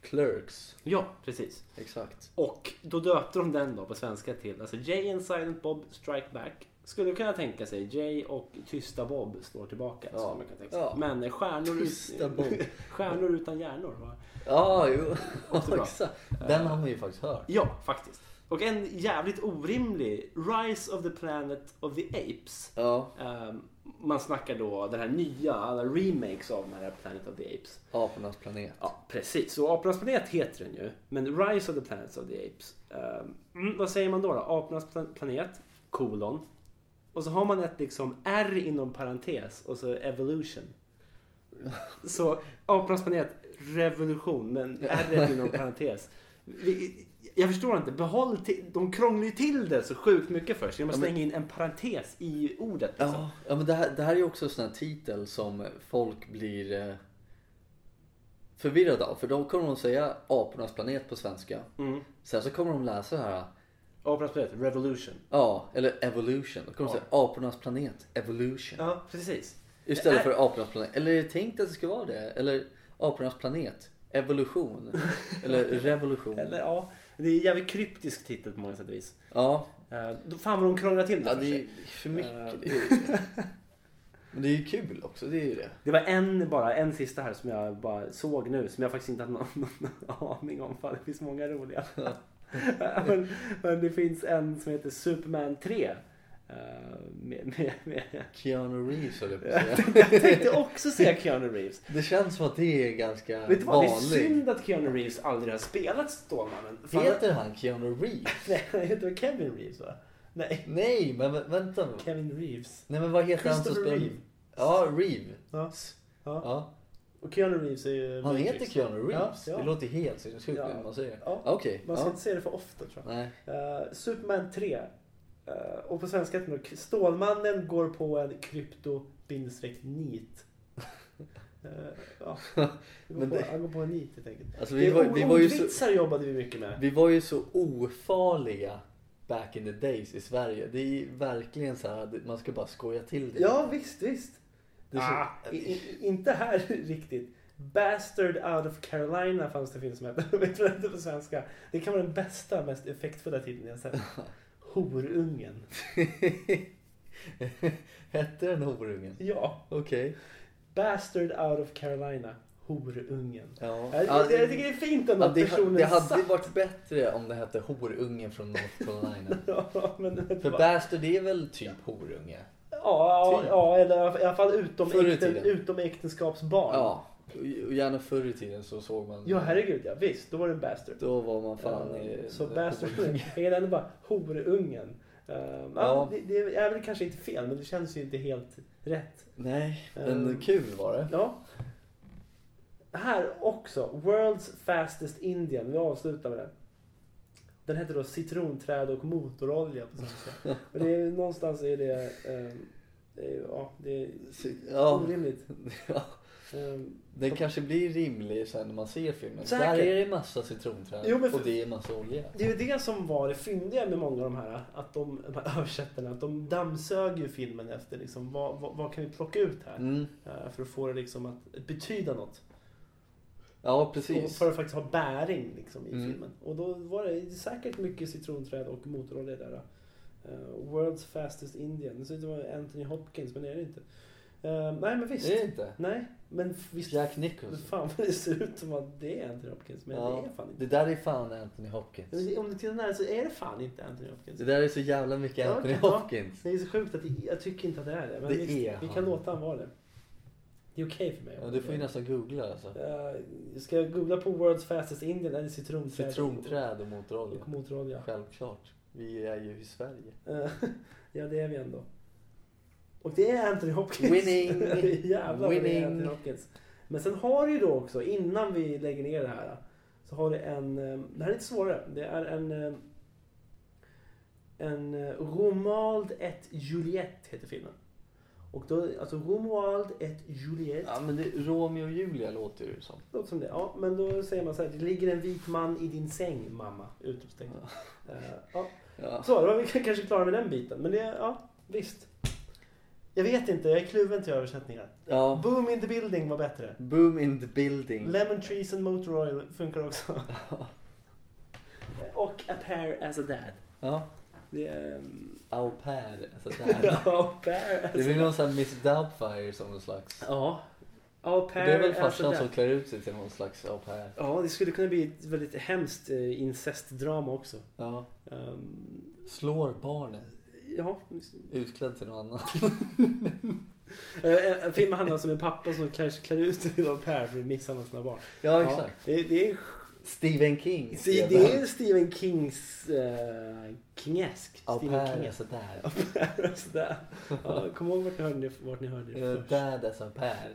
[SPEAKER 1] Clerks,
[SPEAKER 2] ja, precis.
[SPEAKER 1] exakt.
[SPEAKER 2] Och då döpte de den då på svenska till alltså Jay and Silent Bob Strike Back. Skulle kunna tänka sig Jay och Tysta Bob slår tillbaka.
[SPEAKER 1] Ja.
[SPEAKER 2] skulle man kunna tänka sig.
[SPEAKER 1] Ja.
[SPEAKER 2] Men eh, stjärnor,
[SPEAKER 1] Tysta Bob.
[SPEAKER 2] (laughs) stjärnor utan hjärnor.
[SPEAKER 1] (laughs)
[SPEAKER 2] va?
[SPEAKER 1] Ja, jo.
[SPEAKER 2] Också
[SPEAKER 1] (laughs)
[SPEAKER 2] bra.
[SPEAKER 1] exakt. Den har man ju faktiskt hört.
[SPEAKER 2] Ja, faktiskt. Och en jävligt orimlig Rise of the Planet of the Apes.
[SPEAKER 1] Ja,
[SPEAKER 2] Ehm, man snackar då den här nya, alla remakes av den här Planet of the Apes.
[SPEAKER 1] apornas planet.
[SPEAKER 2] Ja, precis. Så Apornas planet heter den ju. Men Rise of the Planets of the Apes. ehm, mm, vad säger man då? då? Apornas plan- planet, kolon. Och så har man ett liksom R inom parentes och så
[SPEAKER 1] (laughs)
[SPEAKER 2] evolution. Så Apornas planet,
[SPEAKER 1] (laughs)
[SPEAKER 2] revolution, men R inom parentes. Vi- Jag förstår inte. Behåll till, de krånglar ju till det så sjukt mycket först. Genom att
[SPEAKER 1] Ja, men-
[SPEAKER 2] slänga in en parentes i ordet. Liksom.
[SPEAKER 1] Ja, ja men det här, det här är ju också en sån här titel som folk blir eh, förvirrade av. För då kommer de säga apornas planet på svenska.
[SPEAKER 2] Mm.
[SPEAKER 1] Sen så kommer de läsa det här.
[SPEAKER 2] Apornas planet, revolution.
[SPEAKER 1] Ja, eller evolution. Då kommer de
[SPEAKER 2] Ja.
[SPEAKER 1] säga apornas planet, evolution.
[SPEAKER 2] Ja, precis.
[SPEAKER 1] Istället för apornas planet. Eller är det tänkt att det ska vara det? Eller apornas planet? Evolution? Eller revolution?
[SPEAKER 2] Eller ja, det är en jävligt kryptisk titel på många sätt och vis.
[SPEAKER 1] Ja,
[SPEAKER 2] Eh, då- fan vad de krånglar till det,
[SPEAKER 1] ja
[SPEAKER 2] för
[SPEAKER 1] det är
[SPEAKER 2] sig.
[SPEAKER 1] ju för mycket. Det är ju det. Men det är ju kul också, det är ju det.
[SPEAKER 2] det var en bara, en sista här som jag bara såg nu som jag faktiskt inte hade någon, (laughs) någon aning om. Fan, det finns många roliga. (laughs) men, men det finns en som heter Superman 3. eh, med, med, med. (laughs)
[SPEAKER 1] Keanu Reeves höll jag på att
[SPEAKER 2] Jag
[SPEAKER 1] säga.
[SPEAKER 2] tänkte- jag tänkte också säga Keanu Reeves.
[SPEAKER 1] Det känns som att det är ganska
[SPEAKER 2] Vet du vad? Det är
[SPEAKER 1] vanligt.
[SPEAKER 2] synd att Keanu Reeves aldrig har spelat Stålmannen. Fan, (laughs)
[SPEAKER 1] Heter han Keanu Reeves?
[SPEAKER 2] Nej, han heter Kevin Reeves va? Nej,
[SPEAKER 1] Nej, men vä- vänta nu.
[SPEAKER 2] Kevin Reeves.
[SPEAKER 1] Nej men vad heter han som
[SPEAKER 2] Christopher
[SPEAKER 1] spelar...
[SPEAKER 2] Reeve.
[SPEAKER 1] Ja, Reeve.
[SPEAKER 2] Ja. Ja.
[SPEAKER 1] Ja.
[SPEAKER 2] Och Keanu Reeves är ju...
[SPEAKER 1] Han
[SPEAKER 2] Matrix.
[SPEAKER 1] heter Keanu Reeves.
[SPEAKER 2] Ja, ja.
[SPEAKER 1] Det låter helt sinnessjukt
[SPEAKER 2] Ja.
[SPEAKER 1] när man säger det.
[SPEAKER 2] Ja.
[SPEAKER 1] Okej.
[SPEAKER 2] Man ska
[SPEAKER 1] Ja.
[SPEAKER 2] inte säga det för ofta tror jag.
[SPEAKER 1] Nej.
[SPEAKER 2] Eh, Superman 3. Eh, och på svenska heter den då Stålmannen går på en krypto-nit. Eh,
[SPEAKER 1] (laughs)
[SPEAKER 2] ja. Han går,
[SPEAKER 1] Men
[SPEAKER 2] på,
[SPEAKER 1] det-
[SPEAKER 2] han går på en nit helt enkelt.
[SPEAKER 1] Alltså,
[SPEAKER 2] Vi
[SPEAKER 1] vi, var, vi, var ju så,
[SPEAKER 2] Ordvitsar jobbade vi mycket med.
[SPEAKER 1] vi var ju så ofarliga back in the days i Sverige. Det är ju verkligen så här, att man ska bara skoja till det.
[SPEAKER 2] Ja, visst, visst.
[SPEAKER 1] Det är så-
[SPEAKER 2] Ah, i, i, inte här (laughs) riktigt. Bastard out of Carolina fanns det film som hette. (laughs) Vet du vad det hette på svenska? Det kan vara den bästa, mest effektfulla titeln
[SPEAKER 1] (laughs)
[SPEAKER 2] jag sett. Horungen.
[SPEAKER 1] (laughs) Hette den horungen?
[SPEAKER 2] Ja.
[SPEAKER 1] Okej.
[SPEAKER 2] Bastard out of Carolina. horungen.
[SPEAKER 1] Ja.
[SPEAKER 2] Jag, jag, jag tycker det är fint ändå
[SPEAKER 1] Ja,
[SPEAKER 2] att
[SPEAKER 1] det,
[SPEAKER 2] personen
[SPEAKER 1] det hade
[SPEAKER 2] satt-
[SPEAKER 1] varit bättre om det hette horungen från North
[SPEAKER 2] (laughs)
[SPEAKER 1] Carolina.
[SPEAKER 2] (laughs) Ja, men,
[SPEAKER 1] För bastard är väl typ horunge?
[SPEAKER 2] ja,
[SPEAKER 1] Typ.
[SPEAKER 2] ja, eller i alla fall utom,
[SPEAKER 1] Förr i
[SPEAKER 2] äkten,
[SPEAKER 1] tiden.
[SPEAKER 2] utom äktenskapsbarn.
[SPEAKER 1] Ja, och gärna förr i tiden så såg man...
[SPEAKER 2] Ja, herregud ja. Visst, då var det en bastard.
[SPEAKER 1] Då var man fan...
[SPEAKER 2] Eh,
[SPEAKER 1] i-
[SPEAKER 2] så bastard. Jag gillar ändå bara horungen. Eh, ja.
[SPEAKER 1] Ja.
[SPEAKER 2] det, det är väl kanske inte fel, men det känns ju inte helt rätt.
[SPEAKER 1] Nej, men
[SPEAKER 2] Eh.
[SPEAKER 1] kul var det.
[SPEAKER 2] Ja. Här också. World's fastest Indian. Vi avslutar med den. Den heter då citronträd och motorolja
[SPEAKER 1] (laughs)
[SPEAKER 2] på svenska. Och det är, någonstans är det... eh, det är, ja, det är
[SPEAKER 1] Ja.
[SPEAKER 2] orimligt.
[SPEAKER 1] (laughs) Ja.
[SPEAKER 2] Ehm,
[SPEAKER 1] Den kanske blir rimlig sen när man ser filmen.
[SPEAKER 2] Säkert.
[SPEAKER 1] Där är det massa citronträd
[SPEAKER 2] Jo, men för-
[SPEAKER 1] och det är massa olja.
[SPEAKER 2] det är ju det som var det fyndiga med många av de här, att de, de här översättarna, att de dammsög ju filmen efter liksom, vad, vad, vad kan vi plocka ut här?
[SPEAKER 1] Mm.
[SPEAKER 2] Eh, För att få det liksom att betyda något.
[SPEAKER 1] Ja,
[SPEAKER 2] Och
[SPEAKER 1] precis.
[SPEAKER 2] för att faktiskt ha bäring liksom, i
[SPEAKER 1] Mm.
[SPEAKER 2] filmen. Och då var det säkert mycket citronträd och motorolja där. Eh, World's fastest Indian. Det ser ut att vara Anthony Hopkins, men det är det inte. Eh, nej, men visst.
[SPEAKER 1] Är det inte?
[SPEAKER 2] Nej, men visst.
[SPEAKER 1] Jack
[SPEAKER 2] Men
[SPEAKER 1] Nicholson.
[SPEAKER 2] fan (laughs) vad det ser ut som att det är Anthony Hopkins, men
[SPEAKER 1] Ja.
[SPEAKER 2] det är fan inte.
[SPEAKER 1] Det där är fan Anthony Hopkins.
[SPEAKER 2] Om du tittar nära så är det fan inte Anthony Hopkins.
[SPEAKER 1] Det där är så jävla mycket
[SPEAKER 2] Ja,
[SPEAKER 1] Anthony
[SPEAKER 2] ja.
[SPEAKER 1] Hopkins.
[SPEAKER 2] Det är så sjukt att det, jag tycker inte att det är det. Men
[SPEAKER 1] Det
[SPEAKER 2] visst,
[SPEAKER 1] är
[SPEAKER 2] vi
[SPEAKER 1] han.
[SPEAKER 2] kan låta han vara det. Det är okej för mig.
[SPEAKER 1] Ja, du får ju nästan googla alltså.
[SPEAKER 2] Eh, ska jag googla på World's fastest Indian eller citronträd?
[SPEAKER 1] Citronträd och motorolja.
[SPEAKER 2] Och motorolja.
[SPEAKER 1] Självklart. Vi är ju i Sverige.
[SPEAKER 2] Eh, (laughs) ja, det är vi ändå. Och det är Anthony Hopkins. (laughs)
[SPEAKER 1] Winning.
[SPEAKER 2] Jävlar vad det är Anthony
[SPEAKER 1] Winning.
[SPEAKER 2] Hopkins. Men sen har du ju då också, innan vi lägger ner det här. Så har du en, eh, det här är lite svårare. Det är en... eh, En eh, Romuald et Juliette heter filmen. Och då, alltså Romuald et Juliette.
[SPEAKER 1] Ja, men det, Romeo och Julia låter ju som.
[SPEAKER 2] Låter som det. Ja, men då säger man så här. Det ligger en vit man i din säng mamma. Utropstecken. Eh, ja.
[SPEAKER 1] Ja.
[SPEAKER 2] Så, då var vi k- kanske klara med den biten. Men det, ja, visst. Jag vet inte, jag är kluven till översättningar.
[SPEAKER 1] ja. Mm.
[SPEAKER 2] Boom in the building var bättre.
[SPEAKER 1] Boom in the building.
[SPEAKER 2] Lemon trees and motor oil funkar också. (laughs) Och a pair as a dad.
[SPEAKER 1] Ja.
[SPEAKER 2] Det är... ehm,
[SPEAKER 1] Au pair. Alltså där.
[SPEAKER 2] Ja, (laughs) a pair as
[SPEAKER 1] Det
[SPEAKER 2] a
[SPEAKER 1] blir någon sån här Miss Doubtfire som någon slags.
[SPEAKER 2] Ja. A
[SPEAKER 1] Det
[SPEAKER 2] pair
[SPEAKER 1] är
[SPEAKER 2] alltså
[SPEAKER 1] väl
[SPEAKER 2] as a
[SPEAKER 1] farsan som
[SPEAKER 2] dad.
[SPEAKER 1] klär ut sig till någon slags au pair.
[SPEAKER 2] Ja, det skulle kunna bli ett väldigt hemskt eh, incestdrama också.
[SPEAKER 1] Ja.
[SPEAKER 2] Ehm,
[SPEAKER 1] Slår barnet.
[SPEAKER 2] ja.
[SPEAKER 1] Utklädd till något annat.
[SPEAKER 2] Eh, En film handlar alltså om en pappa som kanske klär ut sig till au pair för att misshandla sina barn.
[SPEAKER 1] Ja, exakt.
[SPEAKER 2] Det, det är
[SPEAKER 1] Stephen King.
[SPEAKER 2] Se,
[SPEAKER 1] skrev
[SPEAKER 2] det
[SPEAKER 1] han.
[SPEAKER 2] är Stephen Kings eh, kingesk.
[SPEAKER 1] Au
[SPEAKER 2] Stephen
[SPEAKER 1] pair är (laughs)
[SPEAKER 2] Kingesk.
[SPEAKER 1] sådär.
[SPEAKER 2] Sådär. Ja, kom ihåg vart ni hörde, det- vart ni hörde
[SPEAKER 1] Eh,
[SPEAKER 2] det först.
[SPEAKER 1] Dad är som Per.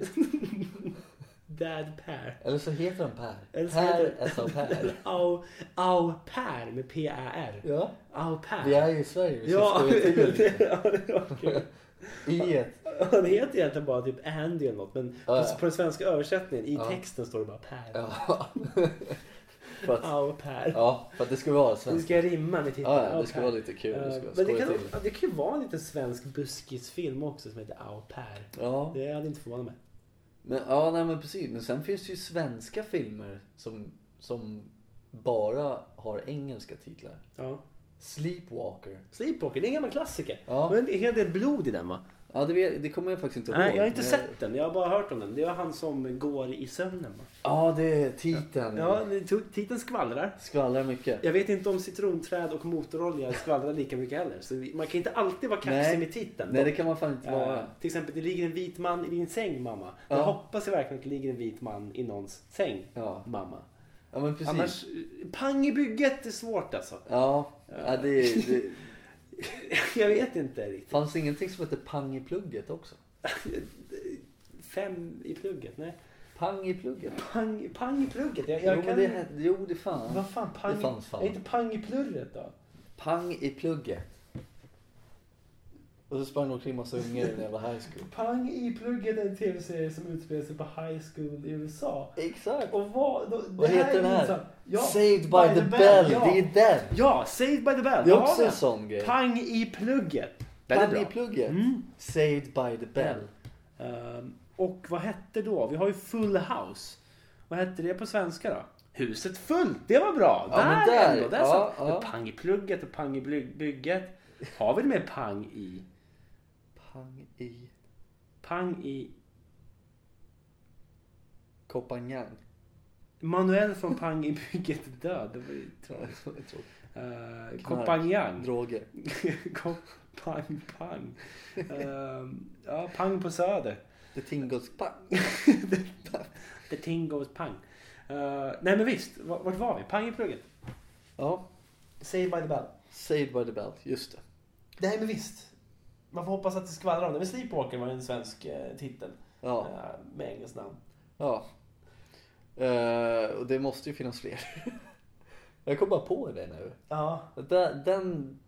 [SPEAKER 2] Dad Per.
[SPEAKER 1] Eller så heter han Per.
[SPEAKER 2] Eller så
[SPEAKER 1] Per
[SPEAKER 2] heter-
[SPEAKER 1] är som Per.
[SPEAKER 2] (laughs) Au, au Per med P-A-R.
[SPEAKER 1] Ja.
[SPEAKER 2] Au Per.
[SPEAKER 1] Vi är ju i Sverige. Vi
[SPEAKER 2] Ja,
[SPEAKER 1] ska
[SPEAKER 2] (laughs) det,
[SPEAKER 1] ju till.
[SPEAKER 2] det var kul.
[SPEAKER 1] I ett.
[SPEAKER 2] Han heter egentligen bara typ Andy eller något men
[SPEAKER 1] Ja,
[SPEAKER 2] på,
[SPEAKER 1] ja.
[SPEAKER 2] på den svenska översättningen i
[SPEAKER 1] Ja.
[SPEAKER 2] texten står det bara Per.
[SPEAKER 1] Ja. För att,
[SPEAKER 2] Au Per.
[SPEAKER 1] ja, för att det ska vara
[SPEAKER 2] Det
[SPEAKER 1] svenskt.
[SPEAKER 2] ska rimma med titeln.
[SPEAKER 1] Ja, ja,
[SPEAKER 2] Au
[SPEAKER 1] det ska
[SPEAKER 2] pair.
[SPEAKER 1] vara lite kul. Det
[SPEAKER 2] Eh,
[SPEAKER 1] ska
[SPEAKER 2] Men det
[SPEAKER 1] skoja
[SPEAKER 2] kan,
[SPEAKER 1] till.
[SPEAKER 2] det kan ju vara en liten svensk buskisfilm också som heter Au Per.
[SPEAKER 1] Ja,
[SPEAKER 2] Det hade inte förvånat mig.
[SPEAKER 1] men, ja nej, men precis. Men sen finns det ju svenska filmer som, som bara har engelska titlar.
[SPEAKER 2] Ja.
[SPEAKER 1] Sleepwalker.
[SPEAKER 2] Sleepwalker, det är en gammal klassiker.
[SPEAKER 1] Ja.
[SPEAKER 2] Men det är en hel del blod i den va?
[SPEAKER 1] Ja, det, vet- det kommer jag faktiskt inte ihåg.
[SPEAKER 2] Nej, jag har inte
[SPEAKER 1] men-
[SPEAKER 2] sett den. Jag har bara hört om den. Det var han som går i sömnen va?
[SPEAKER 1] Ja, det är titeln.
[SPEAKER 2] Ja, det tog- titeln skvallrar.
[SPEAKER 1] Skvallrar mycket.
[SPEAKER 2] Jag vet inte om citronträd och motorolja skvallrar lika mycket heller. Så vi- man kan inte alltid vara
[SPEAKER 1] Nej.
[SPEAKER 2] kaxig med titeln.
[SPEAKER 1] Nej, det kan man fan inte
[SPEAKER 2] Eh,
[SPEAKER 1] vara.
[SPEAKER 2] till exempel, det ligger en vit man i din säng mamma.
[SPEAKER 1] Ja.
[SPEAKER 2] Jag hoppas verkligen att det ligger en vit man i någons säng
[SPEAKER 1] Ja,
[SPEAKER 2] mamma.
[SPEAKER 1] ja men precis.
[SPEAKER 2] Annars, pang i bygget är svårt alltså. (laughs)
[SPEAKER 1] Ja, ja det, det
[SPEAKER 2] Jag vet inte riktigt.
[SPEAKER 1] fanns ingenting som hette pang i plugget också.
[SPEAKER 2] Fem i plugget? Nej.
[SPEAKER 1] Pang i plugget.
[SPEAKER 2] Pang, pang i plugget? Jag, jag
[SPEAKER 1] Jo,
[SPEAKER 2] kan...
[SPEAKER 1] det, hette- jo, det fan.
[SPEAKER 2] Vad fan, pang,
[SPEAKER 1] Det fanns fan.
[SPEAKER 2] Är inte pang i plurret då?
[SPEAKER 1] Pang i plugget. Och så sprang de omkring massa ungar i den jävla high school.
[SPEAKER 2] Pang i plugget är en tv-serie som utspelar sig på high school i USA.
[SPEAKER 1] Exakt.
[SPEAKER 2] Och vad... Då,
[SPEAKER 1] Vad
[SPEAKER 2] det
[SPEAKER 1] heter den
[SPEAKER 2] är
[SPEAKER 1] här?
[SPEAKER 2] intressant. Ja,
[SPEAKER 1] Saved by, the, bell.
[SPEAKER 2] Ja.
[SPEAKER 1] Det är den.
[SPEAKER 2] ja, Saved by the bell.
[SPEAKER 1] Det är
[SPEAKER 2] Där
[SPEAKER 1] också
[SPEAKER 2] har vi
[SPEAKER 1] en
[SPEAKER 2] den.
[SPEAKER 1] sån grej.
[SPEAKER 2] Pang i plugget. Den är
[SPEAKER 1] Pang i
[SPEAKER 2] bra.
[SPEAKER 1] plugget.
[SPEAKER 2] Mm.
[SPEAKER 1] Saved by the bell.
[SPEAKER 2] Ehm, och vad hette då? Vi har ju Full House. Vad hette det på svenska då? Huset fullt, det var bra!
[SPEAKER 1] Ja,
[SPEAKER 2] där,
[SPEAKER 1] men där,
[SPEAKER 2] ändå! Där
[SPEAKER 1] ja,
[SPEAKER 2] satt-
[SPEAKER 1] ja.
[SPEAKER 2] Pang i plugget och pang i bly- bygget. Har vi det med pang i?
[SPEAKER 1] Pang i
[SPEAKER 2] Pang i...
[SPEAKER 1] Kopangan. (laughs)
[SPEAKER 2] Manuel från Pang i bygget är död. Det var ju tråkigt. Uh, (laughs) Kopangjang.
[SPEAKER 1] Droger.
[SPEAKER 2] Kopang Pang. Eh, ja, Pang på Söder.
[SPEAKER 1] Det tingles pang.
[SPEAKER 2] The thing goes pang. Eh, nej men visst, v- vart var vi? Pang i plugget.
[SPEAKER 1] Ja,
[SPEAKER 2] Saved by the bell.
[SPEAKER 1] Saved by the Bell. Just det.
[SPEAKER 2] Nej men visst. Man får hoppas att det skvallrar om det. Men Sleepwalker var ju en svensk eh, titel.
[SPEAKER 1] Ja.
[SPEAKER 2] Eh, med engelskt namn.
[SPEAKER 1] ja. Eh, och det måste ju finnas fler. (laughs) Jag kom bara på det nu.
[SPEAKER 2] Ja.
[SPEAKER 1] Den, den,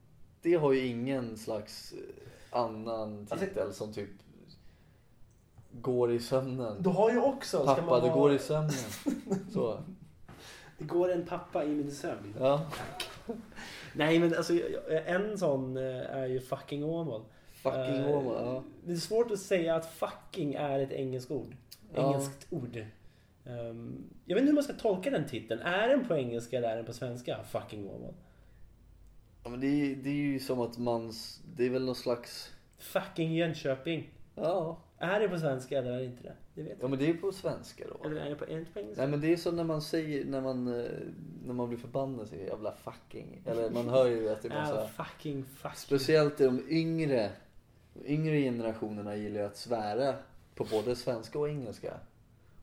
[SPEAKER 1] det har ju ingen slags eh, annan
[SPEAKER 2] Alltså-
[SPEAKER 1] titel som typ går i sömnen.
[SPEAKER 2] Du har ju också... ska
[SPEAKER 1] Pappa,
[SPEAKER 2] man
[SPEAKER 1] du
[SPEAKER 2] ha-
[SPEAKER 1] går i sömnen. Så.
[SPEAKER 2] Det går en pappa i min sömn.
[SPEAKER 1] Ja.
[SPEAKER 2] Nej men alltså jag- jag- en sån eh, är ju fucking Åmål.
[SPEAKER 1] Fucking
[SPEAKER 2] Eh,
[SPEAKER 1] Åmål. Ja.
[SPEAKER 2] Det är svårt att säga att fucking är ett engelskt ord.
[SPEAKER 1] Ja.
[SPEAKER 2] Engelskt ord. Ehm, jag vet inte hur man ska tolka den titeln. Är den på engelska eller är den på svenska? Fucking Åmål.
[SPEAKER 1] ja men det, är- det är ju som att man... s- Det är väl någon slags...
[SPEAKER 2] Fucking Jönköping.
[SPEAKER 1] Ja.
[SPEAKER 2] Är det på svenska eller är det inte det? Det vet
[SPEAKER 1] Ja men det är ju på svenska då.
[SPEAKER 2] jag. Eller är det på, är det inte på engelska?
[SPEAKER 1] Nej men det är som när man säger, när man, eh, när man blir förbannad säger jävla fucking. Eller man hör ju att det är
[SPEAKER 2] Ah,
[SPEAKER 1] massa.
[SPEAKER 2] fucking fucking.
[SPEAKER 1] Speciellt de yngre, de yngre generationerna gillar ju att svära på både svenska och engelska.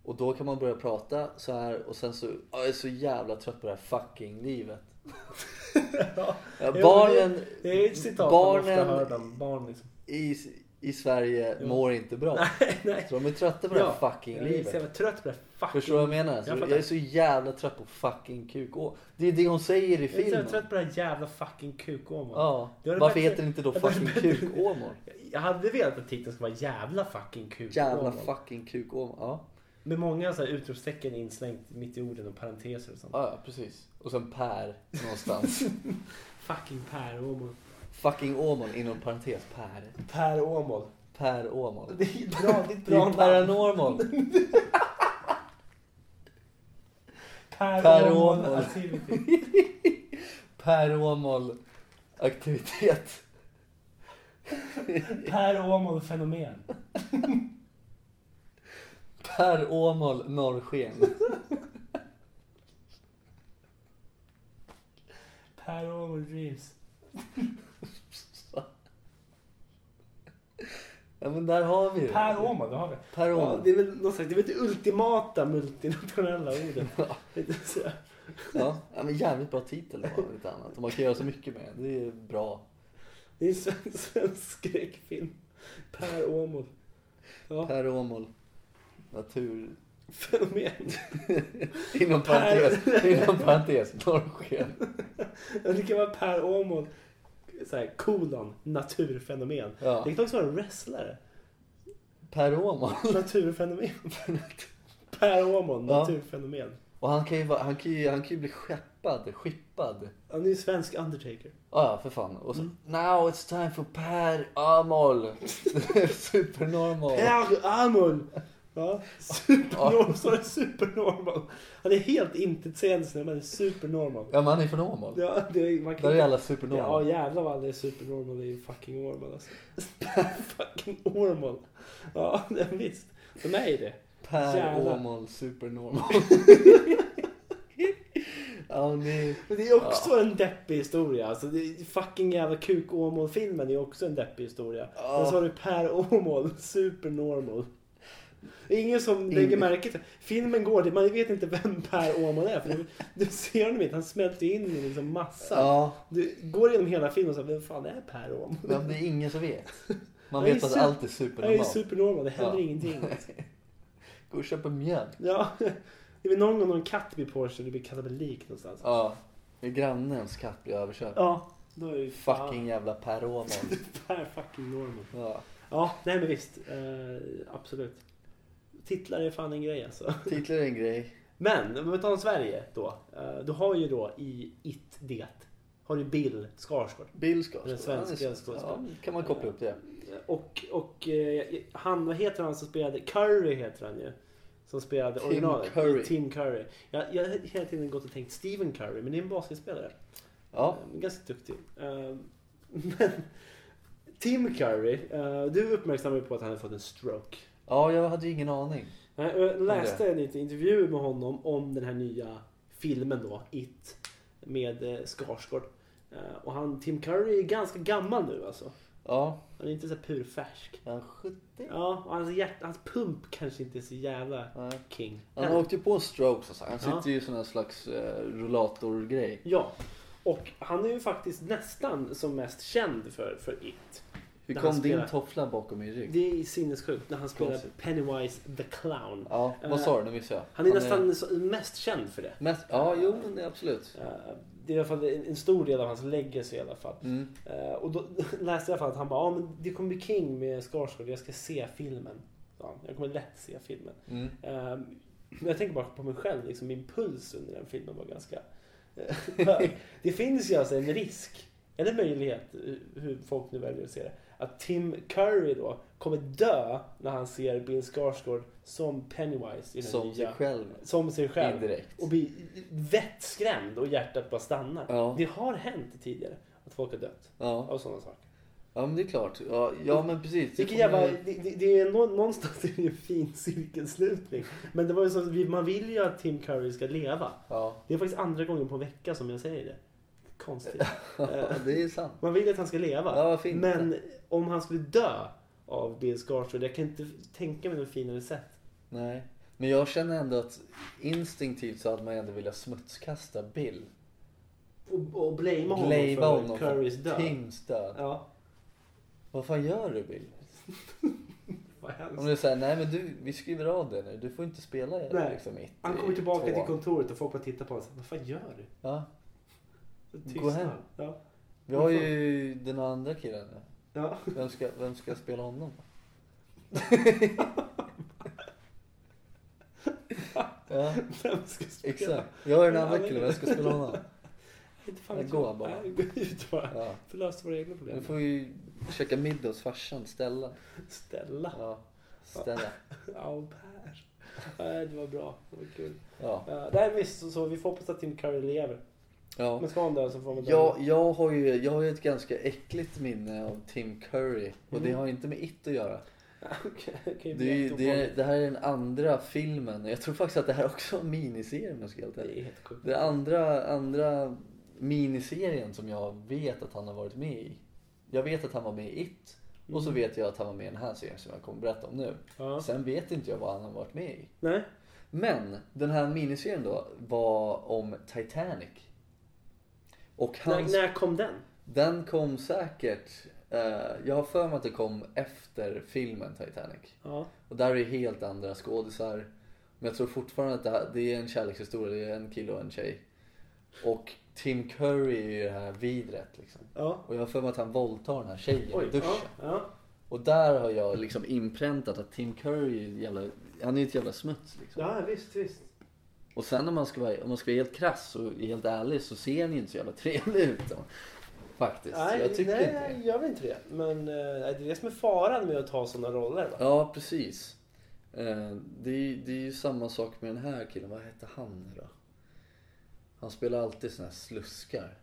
[SPEAKER 1] Och då kan man börja prata så här och sen så, "Ja, jag är så jävla trött på det här fucking livet.
[SPEAKER 2] (laughs)
[SPEAKER 1] Ja,
[SPEAKER 2] Ja, men det-
[SPEAKER 1] barnen,
[SPEAKER 2] Det är ett citat man ofta hör
[SPEAKER 1] barnen
[SPEAKER 2] om barn liksom. (laughs)
[SPEAKER 1] i, i Sverige
[SPEAKER 2] Jo.
[SPEAKER 1] mår inte bra.
[SPEAKER 2] Nej, nej.
[SPEAKER 1] Så de är trötta på det här fucking
[SPEAKER 2] jag är
[SPEAKER 1] livet.
[SPEAKER 2] så jävla trött på det här fucking
[SPEAKER 1] Förstår du vad jag menar?
[SPEAKER 2] Jag
[SPEAKER 1] Jag,
[SPEAKER 2] fattar.
[SPEAKER 1] jag är så jävla trött på fucking kuk. Åh, Det är det hon säger i
[SPEAKER 2] Jag är så
[SPEAKER 1] filmen.
[SPEAKER 2] jävla trött på det här jävla fucking kukåmål.
[SPEAKER 1] Ja.
[SPEAKER 2] Det var det
[SPEAKER 1] Varför
[SPEAKER 2] bättre-
[SPEAKER 1] heter den inte då
[SPEAKER 2] (laughs) det var det
[SPEAKER 1] fucking
[SPEAKER 2] bättre-
[SPEAKER 1] kuk-Åmål?
[SPEAKER 2] Jag hade velat att titeln skulle vara jävla fucking kukåmål.
[SPEAKER 1] Jävla fucking kuk-Åmål. Ja.
[SPEAKER 2] Med många så här utropstecken inslängt mitt i orden och parenteser och sånt.
[SPEAKER 1] ja, ja, precis. Och sen Per någonstans.
[SPEAKER 2] Fucking Per Åmål.
[SPEAKER 1] fucking Åmål inom parentes Per.
[SPEAKER 2] Per Åmål.
[SPEAKER 1] Per Åmål.
[SPEAKER 2] Det är bra, det är ett
[SPEAKER 1] Det är
[SPEAKER 2] bra
[SPEAKER 1] ju
[SPEAKER 2] namn.
[SPEAKER 1] paranormal. (laughs)
[SPEAKER 2] Per,
[SPEAKER 1] Per
[SPEAKER 2] Åmål.
[SPEAKER 1] Åmål.
[SPEAKER 2] Activity.
[SPEAKER 1] Per Åmål aktivitet.
[SPEAKER 2] Per Åmål fenomen.
[SPEAKER 1] Per Åmål norrsken.
[SPEAKER 2] Per Åmål drivs.
[SPEAKER 1] Ja men där har vi det.
[SPEAKER 2] Per Åmål, det har vi.
[SPEAKER 1] Per
[SPEAKER 2] Ja,
[SPEAKER 1] Åmål.
[SPEAKER 2] det är väl något slags, det är väl det ultimata
[SPEAKER 1] (laughs)
[SPEAKER 2] multinationella ordet. Lite så.
[SPEAKER 1] Ja, ja men jävligt bra titel då, om inte annat. Och man kan göra så mycket med. Det är bra.
[SPEAKER 2] Det är en svensk, svensk skräckfilm. Per Åmål. Ja,
[SPEAKER 1] Per Åmål.
[SPEAKER 2] (laughs)
[SPEAKER 1] Natur...
[SPEAKER 2] fenomen.
[SPEAKER 1] Inom parentes, inom parentes, norrsken.
[SPEAKER 2] Ja, Det kan vara Per Åmål, så här, kolon, naturfenomen.
[SPEAKER 1] Ja.
[SPEAKER 2] Det kan också vara en wrestlare.
[SPEAKER 1] Per Åmål.
[SPEAKER 2] Naturfenomen. (laughs) Per Åmål,
[SPEAKER 1] Ja.
[SPEAKER 2] naturfenomen.
[SPEAKER 1] Och han kan ju, vara- han kan ju, han kan ju bli skeppad, skippad.
[SPEAKER 2] Han är ju svensk Undertaker.
[SPEAKER 1] Ah, ja, för fan. Och så, Now it's time for Per Åmål. (laughs) Supernormal.
[SPEAKER 2] Per Åmål! Ja, supernormal. Så är det supernormal. Han är helt intetsägande men han är supernormal.
[SPEAKER 1] Ja men han är från Åmål.
[SPEAKER 2] Ja, det är, man kan
[SPEAKER 1] Där är
[SPEAKER 2] inte-
[SPEAKER 1] alla
[SPEAKER 2] Ja
[SPEAKER 1] supernormal.
[SPEAKER 2] jävlar vad alla är supernormal i fucking Ormal (laughs) alltså. fucking Ormal. Ja men visst. De är ju det.
[SPEAKER 1] Per
[SPEAKER 2] jävlar.
[SPEAKER 1] Åmål,
[SPEAKER 2] (laughs)
[SPEAKER 1] supernormal. Ja, ni...
[SPEAKER 2] Men det är också en deppig historia. Alltså, det är fucking jävla kuk Åmål filmen är också en deppig historia.
[SPEAKER 1] Ja.
[SPEAKER 2] Men så har du Per Åmål, (laughs) supernormal. Det är ingen som lägger
[SPEAKER 1] Ingen.
[SPEAKER 2] märke till Filmen går, till- man vet inte vem Per Åmål är. För du, du ser honom inte, han smälter in i liksom massa.
[SPEAKER 1] Ja,
[SPEAKER 2] Du går igenom hela filmen och säger, vem fan är Per Åmål?
[SPEAKER 1] men det är ingen som vet. Man
[SPEAKER 2] Jag är
[SPEAKER 1] vet att
[SPEAKER 2] su-
[SPEAKER 1] allt är
[SPEAKER 2] Han är ju
[SPEAKER 1] supernormalt.
[SPEAKER 2] supernormal, det händer
[SPEAKER 1] Ja.
[SPEAKER 2] ingenting.
[SPEAKER 1] (laughs)
[SPEAKER 2] (laughs)
[SPEAKER 1] Gå och köp en mjölk.
[SPEAKER 2] Ja, det är väl någon gång någon katt blir påkörd och blir katapeltik någonstans. Ja.
[SPEAKER 1] Ja. Det är grannens katt blir överkörd.
[SPEAKER 2] då är det ju (laughs)
[SPEAKER 1] Fucking jävla Per Åmål.
[SPEAKER 2] Per fucking normal.
[SPEAKER 1] Ja.
[SPEAKER 2] Ja, nej men visst. Eh, absolut. Titlar är fan en grej alltså.
[SPEAKER 1] Titlar är en grej.
[SPEAKER 2] Men om vi tar om Sverige då. Eh, du har ju då i It Det. Har du Bill Skarsgård.
[SPEAKER 1] Bill Skarsgård.
[SPEAKER 2] Den svenska
[SPEAKER 1] Ja,
[SPEAKER 2] skådespelaren.
[SPEAKER 1] Ja, kan man koppla upp det.
[SPEAKER 2] Och, och eh, han, vad heter han som spelade? Curry heter han ju. Som spelade
[SPEAKER 1] Tim
[SPEAKER 2] originalet.
[SPEAKER 1] Curry.
[SPEAKER 2] Tim Curry. Jag, jag har hela tiden gått och tänkt Steven Curry, men det är en basketspelare.
[SPEAKER 1] Ja.
[SPEAKER 2] Eh, Ganska duktig. Eh, Men (laughs) Tim Curry, eh, du uppmärksammade på att han hade fått en stroke.
[SPEAKER 1] ja, jag hade ju ingen aning.
[SPEAKER 2] Nej, och Jag läste lite intervju med honom om den här nya filmen då, It, med eh, Skarsgård. Eh, Och han, Tim Curry är ganska gammal nu alltså.
[SPEAKER 1] Ja,
[SPEAKER 2] Han är inte så här purfärsk.
[SPEAKER 1] han 70?
[SPEAKER 2] Ja, och hans, hjärt, hans pump kanske inte är så jävla
[SPEAKER 1] Nej.
[SPEAKER 2] king.
[SPEAKER 1] Han åkte ju på en stroke så att säga. Han
[SPEAKER 2] Ja.
[SPEAKER 1] sitter ju i sån här slags eh, rullatorgrej.
[SPEAKER 2] Ja, och han är ju faktiskt nästan som mest känd för, för It.
[SPEAKER 1] Hur
[SPEAKER 2] När
[SPEAKER 1] kom
[SPEAKER 2] han
[SPEAKER 1] din
[SPEAKER 2] spelar-
[SPEAKER 1] toffla bakom min rygg?
[SPEAKER 2] Det är sinnessjukt när han spelar
[SPEAKER 1] Konstigt.
[SPEAKER 2] Pennywise the Clown.
[SPEAKER 1] Ja, vad sa du? Nu missade jag.
[SPEAKER 2] Eh, Han är nästan så- mest känd för det.
[SPEAKER 1] Mest... Ja, jo men det är absolut.
[SPEAKER 2] Eh, Det är i alla fall en en stor del av hans legacy i alla fall.
[SPEAKER 1] Mm.
[SPEAKER 2] Eh, Och då (laughs) läste jag i alla fall att han bara, ja men det kommer bli King med Skarsgård, jag ska se filmen. Ja, jag kommer lätt se filmen.
[SPEAKER 1] Mm.
[SPEAKER 2] Eh, Men jag tänker bara på mig själv, liksom, min puls under den filmen var ganska
[SPEAKER 1] (laughs)
[SPEAKER 2] eh, hög. Det finns ju alltså en risk, eller möjlighet, eh, hur folk nu väljer att se det, att Tim Curry då kommer dö när han ser Bill Skarsgård som Pennywise i den
[SPEAKER 1] Som
[SPEAKER 2] nya,
[SPEAKER 1] sig själv.
[SPEAKER 2] som sig själv.
[SPEAKER 1] Indirekt.
[SPEAKER 2] Och blir vettskrämd och hjärtat bara stannar.
[SPEAKER 1] Ja.
[SPEAKER 2] Det har hänt tidigare att folk har dött
[SPEAKER 1] Ja.
[SPEAKER 2] av sådana saker.
[SPEAKER 1] ja, men det är klart. Ja, ja men precis. Det
[SPEAKER 2] Vilken
[SPEAKER 1] kommer-
[SPEAKER 2] jävla, det, det, det är nå- någonstans (laughs) är det en fin cirkelslutning. Men det var ju så att vi, man vill ju att Tim Curry ska leva.
[SPEAKER 1] Ja. (laughs)
[SPEAKER 2] Det är faktiskt andra gången på en vecka som jag säger det. Konstigt.
[SPEAKER 1] ja, det är sant.
[SPEAKER 2] Man vill att han ska leva.
[SPEAKER 1] Ja, vad fint.
[SPEAKER 2] men om han skulle dö av Bill Skarsgård, jag kan inte tänka mig något finare sätt.
[SPEAKER 1] Nej. Men jag känner ändå att instinktivt så hade man ändå velat smutskasta Bill.
[SPEAKER 2] Och, och blamea honom
[SPEAKER 1] Blejva
[SPEAKER 2] för
[SPEAKER 1] honom
[SPEAKER 2] Currys död.
[SPEAKER 1] för Tims död.
[SPEAKER 2] Ja, (laughs)
[SPEAKER 1] Vad fan gör du Bill?
[SPEAKER 2] vad hemskt.
[SPEAKER 1] Om du säger nej men du, vi skriver av det nu. Du får inte spela
[SPEAKER 2] Nej.
[SPEAKER 1] liksom mitt
[SPEAKER 2] Han
[SPEAKER 1] i
[SPEAKER 2] kommer tillbaka
[SPEAKER 1] två.
[SPEAKER 2] till kontoret och folk bara tittar på honom och säger, vad fan gör du?
[SPEAKER 1] Ja.
[SPEAKER 2] Så
[SPEAKER 1] Gå
[SPEAKER 2] tystnar
[SPEAKER 1] hem.
[SPEAKER 2] han. Ja.
[SPEAKER 1] Vi har ju den andra killen nu. (laughs)
[SPEAKER 2] Ja. (laughs)
[SPEAKER 1] Vem ska, vem ska spela honom? ja,
[SPEAKER 2] Vem ska (laughs) spela?
[SPEAKER 1] exakt. Jag är den andra killen, vem ska spela honom?
[SPEAKER 2] Inte fan
[SPEAKER 1] Jag
[SPEAKER 2] vet
[SPEAKER 1] går bara.
[SPEAKER 2] Nej, Gå ut bara. (laughs)
[SPEAKER 1] Ja.
[SPEAKER 2] För lösa våra egna
[SPEAKER 1] Nu
[SPEAKER 2] problem.
[SPEAKER 1] får vi ju käka middag hos farsan, Stella.
[SPEAKER 2] Ställa.
[SPEAKER 1] Ja, Stella.
[SPEAKER 2] Au pair. Nej, det var bra. Det var kul.
[SPEAKER 1] Ja.
[SPEAKER 2] Uh, nej, visst. Så, så vi får hoppas att Tim Curry lever.
[SPEAKER 1] Ja.
[SPEAKER 2] Men ska han dö så får man dö.
[SPEAKER 1] Jag, jag, har ju, jag har ju ett ganska äckligt minne av Tim Curry och det
[SPEAKER 2] Mm.
[SPEAKER 1] har inte med it att göra.
[SPEAKER 2] (laughs) Okej, det kan ju
[SPEAKER 1] Det, är
[SPEAKER 2] bli
[SPEAKER 1] ju, det, är,
[SPEAKER 2] jätteovanligt.
[SPEAKER 1] det här är den andra filmen. Jag tror faktiskt att det här också var en miniserie om jag ska vara helt ärlig.
[SPEAKER 2] Det är helt sjukt.
[SPEAKER 1] Det andra, andra miniserien som jag vet att han har varit med i. Jag vet att han var med i It. Och så
[SPEAKER 2] Mm.
[SPEAKER 1] vet jag att han var med i den här serien som jag kommer berätta om nu.
[SPEAKER 2] Ja.
[SPEAKER 1] Sen vet inte jag vad han har varit med i.
[SPEAKER 2] Nej.
[SPEAKER 1] Men den här miniserien då var om Titanic. Och
[SPEAKER 2] När,
[SPEAKER 1] hans,
[SPEAKER 2] när kom den?
[SPEAKER 1] den kom säkert, eh, jag har för mig att det kom efter filmen Titanic.
[SPEAKER 2] Ja.
[SPEAKER 1] Och där är det helt andra skådisar. Men jag tror fortfarande att det, här, det är en kärlekshistoria. Det är en kille och en tjej. Och Tim Curry är ju det här vidret liksom.
[SPEAKER 2] Ja.
[SPEAKER 1] Och jag har för mig att han våldtar den här tjejen i
[SPEAKER 2] Oj.
[SPEAKER 1] duschen.
[SPEAKER 2] Ja. ja.
[SPEAKER 1] Och där har jag liksom inpräntat att Tim Curry är en jävla, han är ju ett jävla smuts liksom.
[SPEAKER 2] Ja, visst, visst.
[SPEAKER 1] Och sen om man ska vara, om man ska vara helt krass och helt ärlig så ser han ju inte så jävla trevlig ut. då. Faktiskt. jag tycker
[SPEAKER 2] nej,
[SPEAKER 1] inte det.
[SPEAKER 2] jag gör inte det. Men eh, det är det som är faran med att ta sådana roller. Va?
[SPEAKER 1] Ja, precis. Eh, Det är, ju- det är ju samma sak med den här killen. Vad hette han nu då? Han spelar alltid såna här sluskar.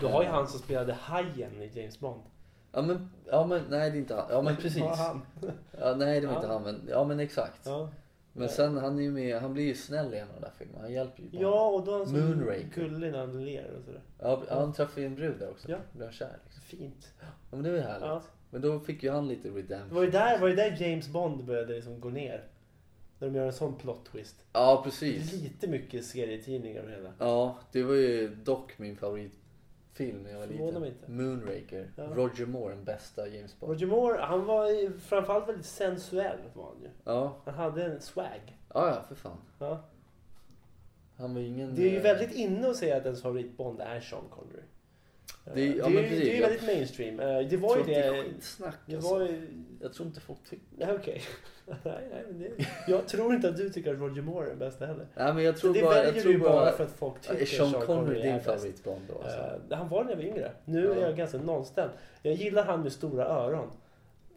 [SPEAKER 2] Du har ju han som spelade Hajen i James Bond.
[SPEAKER 1] Ja men, ja, men nej det är inte han. Ja men precis.
[SPEAKER 2] Ja, han.
[SPEAKER 1] Ja, nej det var inte
[SPEAKER 2] Ja.
[SPEAKER 1] han men, ja men exakt.
[SPEAKER 2] Ja.
[SPEAKER 1] Men sen han är ju med, han blir ju snäll i en av de där filmerna. Han hjälper ju barn.
[SPEAKER 2] ja, och då är han så
[SPEAKER 1] Typ Moonraker.
[SPEAKER 2] gullig när han ler och sådär.
[SPEAKER 1] ja han träffar ju en brud där också.
[SPEAKER 2] Ja.
[SPEAKER 1] Blir han kär liksom.
[SPEAKER 2] Fint.
[SPEAKER 1] Ja men det var ju härligt.
[SPEAKER 2] Ja.
[SPEAKER 1] Men då fick ju han lite
[SPEAKER 2] Det
[SPEAKER 1] redemption.
[SPEAKER 2] var ju där, var ju där James Bond började liksom gå ner. När de gör en sån plot twist.
[SPEAKER 1] Ja precis.
[SPEAKER 2] Lite mycket serietidningar och hela.
[SPEAKER 1] Ja, det var ju dock min favoritfilm när jag var
[SPEAKER 2] Förvånar mig
[SPEAKER 1] liten.
[SPEAKER 2] inte.
[SPEAKER 1] Moonraker.
[SPEAKER 2] Ja.
[SPEAKER 1] Roger Moore, den bästa James Bond.
[SPEAKER 2] Roger Moore, han var ju framförallt väldigt sensuell var han ju.
[SPEAKER 1] Ja,
[SPEAKER 2] Han hade en swag.
[SPEAKER 1] ja, ja för fan.
[SPEAKER 2] Ja.
[SPEAKER 1] Han var ju ingen...
[SPEAKER 2] Det är ju
[SPEAKER 1] eh,
[SPEAKER 2] väldigt inne att säga att ens favorit Bond är Sean Connery. Eh,
[SPEAKER 1] Det är- ja,
[SPEAKER 2] det, är,
[SPEAKER 1] men
[SPEAKER 2] ju-
[SPEAKER 1] precis.
[SPEAKER 2] det är ju
[SPEAKER 1] Jag-
[SPEAKER 2] väldigt mainstream. Eh, Det
[SPEAKER 1] Jag
[SPEAKER 2] var
[SPEAKER 1] tror
[SPEAKER 2] ju
[SPEAKER 1] inte det är
[SPEAKER 2] det...
[SPEAKER 1] skitsnack
[SPEAKER 2] Det
[SPEAKER 1] alltså.
[SPEAKER 2] var ju... (laughs)
[SPEAKER 1] Jag tror inte folk tycker...
[SPEAKER 2] Nej, okej. (laughs) nej, nej, men det... Jag tror inte att du tycker att Roger Moore är den bästa heller.
[SPEAKER 1] Nej men jag tror
[SPEAKER 2] det
[SPEAKER 1] bara...
[SPEAKER 2] väljer
[SPEAKER 1] Jag tror
[SPEAKER 2] du bara,
[SPEAKER 1] bara...
[SPEAKER 2] för att folk tycker
[SPEAKER 1] är Sean Connery
[SPEAKER 2] är
[SPEAKER 1] din
[SPEAKER 2] bäst.
[SPEAKER 1] favorit Bond då alltså?
[SPEAKER 2] Eh, han var det när jag var yngre. Nu
[SPEAKER 1] Ja.
[SPEAKER 2] är jag ganska nonstämd. Jag gillar han med stora öron.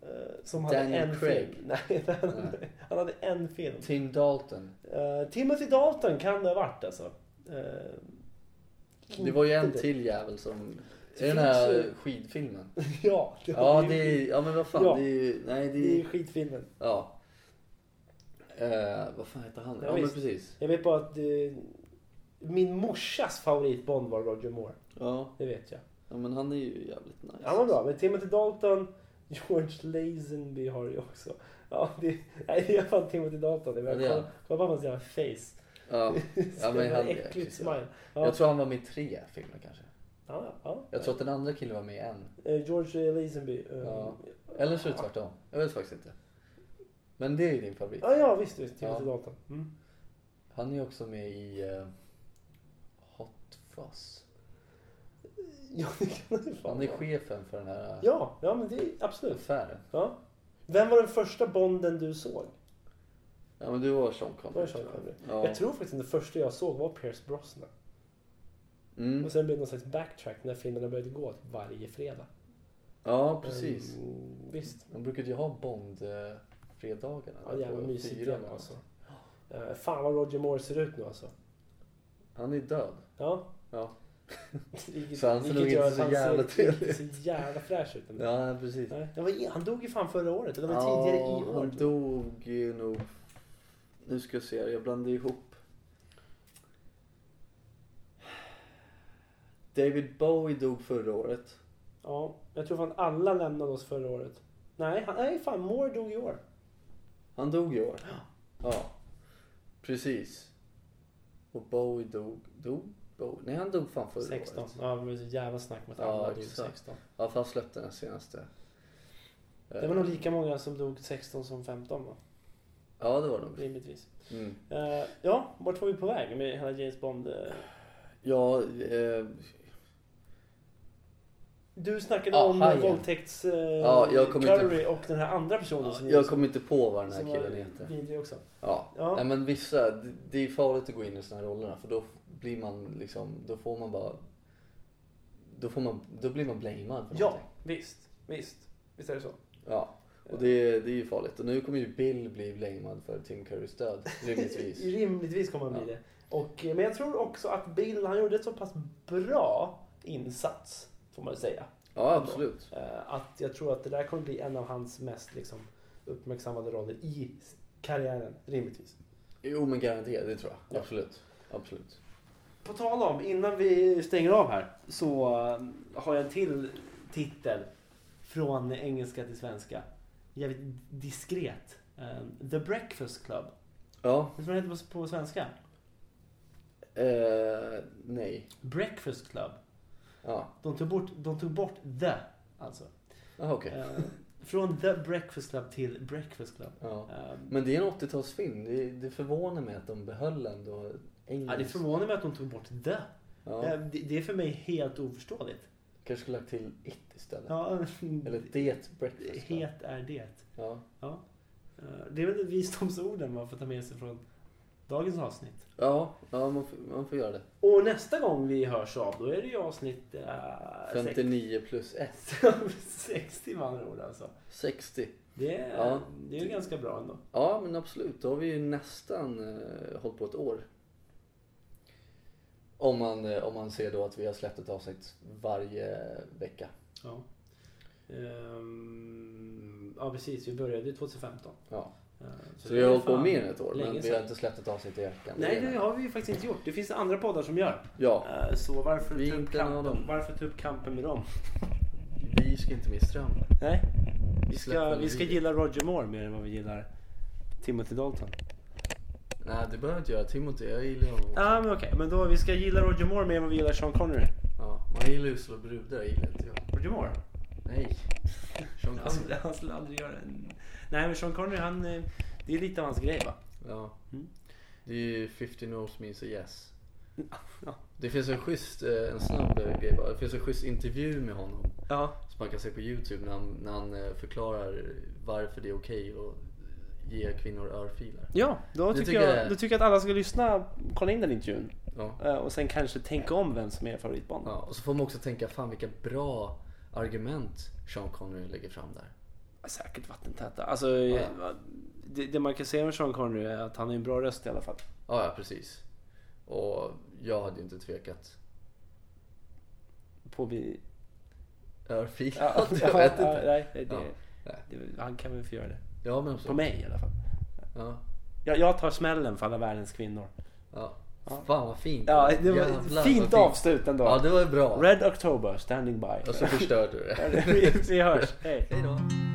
[SPEAKER 2] eh, som hade
[SPEAKER 1] Daniel
[SPEAKER 2] en
[SPEAKER 1] Craig.
[SPEAKER 2] film. (laughs) Nej, han, hade, han hade en film.
[SPEAKER 1] Tim Dalton.
[SPEAKER 2] Eh, Timothy Dalton kan det ha varit alltså. Eh, (laughs)
[SPEAKER 1] Det var ju en
[SPEAKER 2] inte det.
[SPEAKER 1] till jävel som...
[SPEAKER 2] Det
[SPEAKER 1] Det är den
[SPEAKER 2] finns
[SPEAKER 1] här
[SPEAKER 2] ju-
[SPEAKER 1] skidfilmen.
[SPEAKER 2] ja, det,
[SPEAKER 1] Ja,
[SPEAKER 2] var ju-
[SPEAKER 1] det är... Ja men vad fan,
[SPEAKER 2] Ja.
[SPEAKER 1] det är ju... Nej, det
[SPEAKER 2] det är
[SPEAKER 1] är...
[SPEAKER 2] skitfilmen.
[SPEAKER 1] Ja. Eh, vad fan heter han?
[SPEAKER 2] Ja,
[SPEAKER 1] Ja, men
[SPEAKER 2] visst.
[SPEAKER 1] precis.
[SPEAKER 2] Jag vet bara att eh, min morsas favoritbond var Roger Moore.
[SPEAKER 1] Ja.
[SPEAKER 2] Det vet jag.
[SPEAKER 1] ja, men han är ju jävligt nice.
[SPEAKER 2] Han var bra, men Timothy Dalton, (laughs) George Lazenby har ju också. Ja, det, nej, det är fan Timothy Dalton. Det var,
[SPEAKER 1] Ja, det är han.
[SPEAKER 2] kolla, kolla på hans jävla face. (laughs)
[SPEAKER 1] Ja.
[SPEAKER 2] Ja,
[SPEAKER 1] men han-
[SPEAKER 2] äckligt smile. Ja,
[SPEAKER 1] Jag tror han var med i tre filmer kanske.
[SPEAKER 2] ja, ja.
[SPEAKER 1] Jag tror att den andra killen var med i en.
[SPEAKER 2] Eh, George Lazenby. eh,
[SPEAKER 1] Ja. Eller så är det tvärtom. Jag vet faktiskt inte. Men det är ju din favorit.
[SPEAKER 2] Ja, ja visst, visst. Timothy
[SPEAKER 1] Ja.
[SPEAKER 2] Dalton. Mm. (laughs)
[SPEAKER 1] Han är ju också med i eh, Hot Fuzz.
[SPEAKER 2] Ja, det kan han ju fan
[SPEAKER 1] Han är
[SPEAKER 2] vara.
[SPEAKER 1] chefen för den här ja.
[SPEAKER 2] Ja, ja, men det är absolut.
[SPEAKER 1] affären.
[SPEAKER 2] Ja. Vem var den första Bonden du såg?
[SPEAKER 1] Ja men du var Sean
[SPEAKER 2] Det var
[SPEAKER 1] Connery.
[SPEAKER 2] Sean Connery.
[SPEAKER 1] Ja.
[SPEAKER 2] Jag tror faktiskt att den första jag såg var Pierce Brosnan.
[SPEAKER 1] Mm.
[SPEAKER 2] Och sen blev det någon slags backtrack när filmerna började gå typ varje fredag.
[SPEAKER 1] Ja precis.
[SPEAKER 2] Mm, visst.
[SPEAKER 1] De brukade ju ha Bond-fredagarna.
[SPEAKER 2] Ja, jävla mysigt
[SPEAKER 1] Fyra
[SPEAKER 2] tema alltså. Eh, Fan vad Roger Moore ser ut nu alltså.
[SPEAKER 1] Han är död.
[SPEAKER 2] Ja.
[SPEAKER 1] Ja.
[SPEAKER 2] (laughs) Vilket,
[SPEAKER 1] Så han ser nog
[SPEAKER 2] gör
[SPEAKER 1] inte
[SPEAKER 2] att
[SPEAKER 1] så
[SPEAKER 2] han
[SPEAKER 1] jävla
[SPEAKER 2] ser inte
[SPEAKER 1] trevlig
[SPEAKER 2] så jävla fräsch ut. ändå.
[SPEAKER 1] Ja precis.
[SPEAKER 2] Nej, det var, han dog ju fan förra året. Eller det var
[SPEAKER 1] Ja,
[SPEAKER 2] tidigare i år.
[SPEAKER 1] han dog ju nog... Nu ska jag se, här, jag blandade ihop. David Bowie dog förra året.
[SPEAKER 2] Ja, jag tror fan alla lämnade oss förra året. Nej, han, nej fan Moore dog i år.
[SPEAKER 1] Han dog i
[SPEAKER 2] (gasps)
[SPEAKER 1] år. Ja. Precis. Och Bowie dog... Dog Bowie? Nej, han dog fan förra
[SPEAKER 2] 16.
[SPEAKER 1] året.
[SPEAKER 2] Ja, det var så jävla snack om att
[SPEAKER 1] Ja,
[SPEAKER 2] alla dog
[SPEAKER 1] exakt.
[SPEAKER 2] 16.
[SPEAKER 1] Ja, för han släppte den senaste.
[SPEAKER 2] Det var nog lika många som dog 16 som 15 va?
[SPEAKER 1] Ja, det var det nog.
[SPEAKER 2] Rimligtvis.
[SPEAKER 1] Mm.
[SPEAKER 2] Eh, ja, vart var vi på väg med hela James Bond? eh?
[SPEAKER 1] Ja, eh,
[SPEAKER 2] Du snackade
[SPEAKER 1] Ah, Ja,
[SPEAKER 2] om
[SPEAKER 1] hajen.
[SPEAKER 2] våldtäkts... eh,
[SPEAKER 1] Ja, jag kommer inte-
[SPEAKER 2] Curry och den här andra personen som
[SPEAKER 1] jag kommer inte på vad den här
[SPEAKER 2] som
[SPEAKER 1] killen
[SPEAKER 2] var
[SPEAKER 1] heter.
[SPEAKER 2] Vidrig också.
[SPEAKER 1] Ja.
[SPEAKER 2] Ja.
[SPEAKER 1] Nej, men vissa, det- det är farligt att gå in i såna här rollerna för då blir man liksom, då får man bara då, får man, då blir man blamead för
[SPEAKER 2] Ja,
[SPEAKER 1] någonting.
[SPEAKER 2] visst. Visst. Visst är det så.
[SPEAKER 1] Ja. Och det, det är ju farligt. Och nu kommer ju Bill bli blamead för Tim Currys död,
[SPEAKER 2] (laughs)
[SPEAKER 1] rimligtvis.
[SPEAKER 2] Rimligtvis kommer han bli det. Och, eh, men jag tror också att Bill, han gjorde ett så pass bra insats, får man säga.
[SPEAKER 1] Ja, absolut.
[SPEAKER 2] Eh, Att jag tror att det där kommer bli en av hans mest liksom, uppmärksammade roller i karriären, rimligtvis.
[SPEAKER 1] Jo, men garanterat, det tror jag.
[SPEAKER 2] Ja.
[SPEAKER 1] Absolut. Absolut.
[SPEAKER 2] På tal om, innan vi stänger av här, så eh, har jag en till titel. Från engelska till svenska. Jävligt diskret. Eh, The Breakfast Club.
[SPEAKER 1] Ja,
[SPEAKER 2] Vet du vad den heter på- på svenska?
[SPEAKER 1] eh, nej.
[SPEAKER 2] Breakfast Club.
[SPEAKER 1] Ja,
[SPEAKER 2] De tog bort, de tog bort the, alltså.
[SPEAKER 1] Aha, okej.
[SPEAKER 2] Eh, från The Breakfast Club till Breakfast Club.
[SPEAKER 1] Ja.
[SPEAKER 2] Eh,
[SPEAKER 1] Men det är en 80-talsfilm. Det, det förvånar mig att de behöll ändå engelsk.
[SPEAKER 2] ja, det förvånar mig att de tog bort the.
[SPEAKER 1] ja.
[SPEAKER 2] Eh, det, det är för mig helt oförståeligt.
[SPEAKER 1] Kanske skulle lagt till it istället.
[SPEAKER 2] Ja,
[SPEAKER 1] Eller det breakfast. Club.
[SPEAKER 2] (laughs) het är det.
[SPEAKER 1] Ja.
[SPEAKER 2] Ja. Eh, det är väl visdomsorden man får ta med sig från dagens avsnitt.
[SPEAKER 1] Ja, ja man, får, man får göra det.
[SPEAKER 2] Och nästa gång vi hörs av, då är det ju avsnitt... eh,
[SPEAKER 1] 59 plus 1.
[SPEAKER 2] sex- (laughs) 60 med andra ord alltså.
[SPEAKER 1] 60.
[SPEAKER 2] Det är,
[SPEAKER 1] Ja.
[SPEAKER 2] det är ju ganska bra ändå.
[SPEAKER 1] Ja, men absolut. Då har vi ju nästan eh, hållit på ett år. Om man, eh, om man ser då att vi har släppt ett avsnitt varje vecka.
[SPEAKER 2] Ja. Ehm, ja precis, vi började ju 2015.
[SPEAKER 1] Ja.
[SPEAKER 2] Ehm,
[SPEAKER 1] Så
[SPEAKER 2] det
[SPEAKER 1] vi
[SPEAKER 2] är
[SPEAKER 1] har hållit på
[SPEAKER 2] fan-
[SPEAKER 1] mer än ett år,
[SPEAKER 2] länge
[SPEAKER 1] men vi har
[SPEAKER 2] sedan.
[SPEAKER 1] inte släppt ett avsnitt i veckan.
[SPEAKER 2] Nej
[SPEAKER 1] är
[SPEAKER 2] det har vi ju faktiskt inte gjort. Det finns andra poddar som gör.
[SPEAKER 1] Ja,
[SPEAKER 2] Ehm, så varför
[SPEAKER 1] Vi är
[SPEAKER 2] ta, upp
[SPEAKER 1] inte en av
[SPEAKER 2] kampen,
[SPEAKER 1] dem.
[SPEAKER 2] varför ta upp kampen med dem?
[SPEAKER 1] vi ska inte missa det.
[SPEAKER 2] Nej. Vi ska,
[SPEAKER 1] Släpper
[SPEAKER 2] vi ska
[SPEAKER 1] vi-
[SPEAKER 2] gilla Roger Moore mer än vad vi gillar Timothy Dalton.
[SPEAKER 1] Nej, det behöver jag inte göra. Timothy, jag gillar honom. också.
[SPEAKER 2] Ja ah, men okej, men då vi ska gilla Roger Moore mer än vad vi gillar Sean Connery.
[SPEAKER 1] Ja, man gillar usla brudar, jag gillar inte jag.
[SPEAKER 2] Roger Moore?
[SPEAKER 1] (laughs) Nej. Sean
[SPEAKER 2] Han
[SPEAKER 1] Connery.
[SPEAKER 2] skulle, han skulle aldrig göra en... Nej men Sean Connery han... eh, Det är lite av hans grej va?
[SPEAKER 1] Ja.
[SPEAKER 2] Mm.
[SPEAKER 1] Det är ju 50 no's means a yes.
[SPEAKER 2] Ja.
[SPEAKER 1] Det finns en schysst, eh, en snabb eh, grej bara. Det finns en schysst intervju med honom
[SPEAKER 2] Ja.
[SPEAKER 1] som man kan se på Youtube när han, när han eh, förklarar varför det är okej att ge kvinnor örfilar.
[SPEAKER 2] Ja, då
[SPEAKER 1] Det
[SPEAKER 2] tycker,
[SPEAKER 1] tycker
[SPEAKER 2] jag,
[SPEAKER 1] jag-
[SPEAKER 2] då tycker jag att alla ska lyssna, kolla in den intervjun.
[SPEAKER 1] Ja.
[SPEAKER 2] Eh, Och sen kanske tänka om vem som är favoritband.
[SPEAKER 1] ja. Och så får man också tänka, fan vilka bra argument Sean Connery lägger fram där.
[SPEAKER 2] Säkert vattentäta. Alltså,
[SPEAKER 1] Ja.
[SPEAKER 2] det, det man kan säga om Sean Connery är att han är en bra röst i alla fall.
[SPEAKER 1] Ja, ja precis. Och jag hade ju inte tvekat.
[SPEAKER 2] På (laughs) vi...
[SPEAKER 1] Örfilar?
[SPEAKER 2] Ja,
[SPEAKER 1] (laughs) jag vet inte.
[SPEAKER 2] ja, nej, det,
[SPEAKER 1] Ja,
[SPEAKER 2] det, han kan väl få göra det.
[SPEAKER 1] Ja men
[SPEAKER 2] På
[SPEAKER 1] absolut.
[SPEAKER 2] mig i alla fall.
[SPEAKER 1] Ja.
[SPEAKER 2] Jag, jag tar smällen för alla världens kvinnor.
[SPEAKER 1] Ja.
[SPEAKER 2] Ja.
[SPEAKER 1] Fan vad fint.
[SPEAKER 2] Ja, det var
[SPEAKER 1] Jävlar, vad
[SPEAKER 2] ett fint avslut ändå.
[SPEAKER 1] Ja, det var ju bra.
[SPEAKER 2] (laughs) Red October, standing by.
[SPEAKER 1] Och så förstörde du det.
[SPEAKER 2] vi, vi hörs, (laughs) hej.
[SPEAKER 1] Hej då.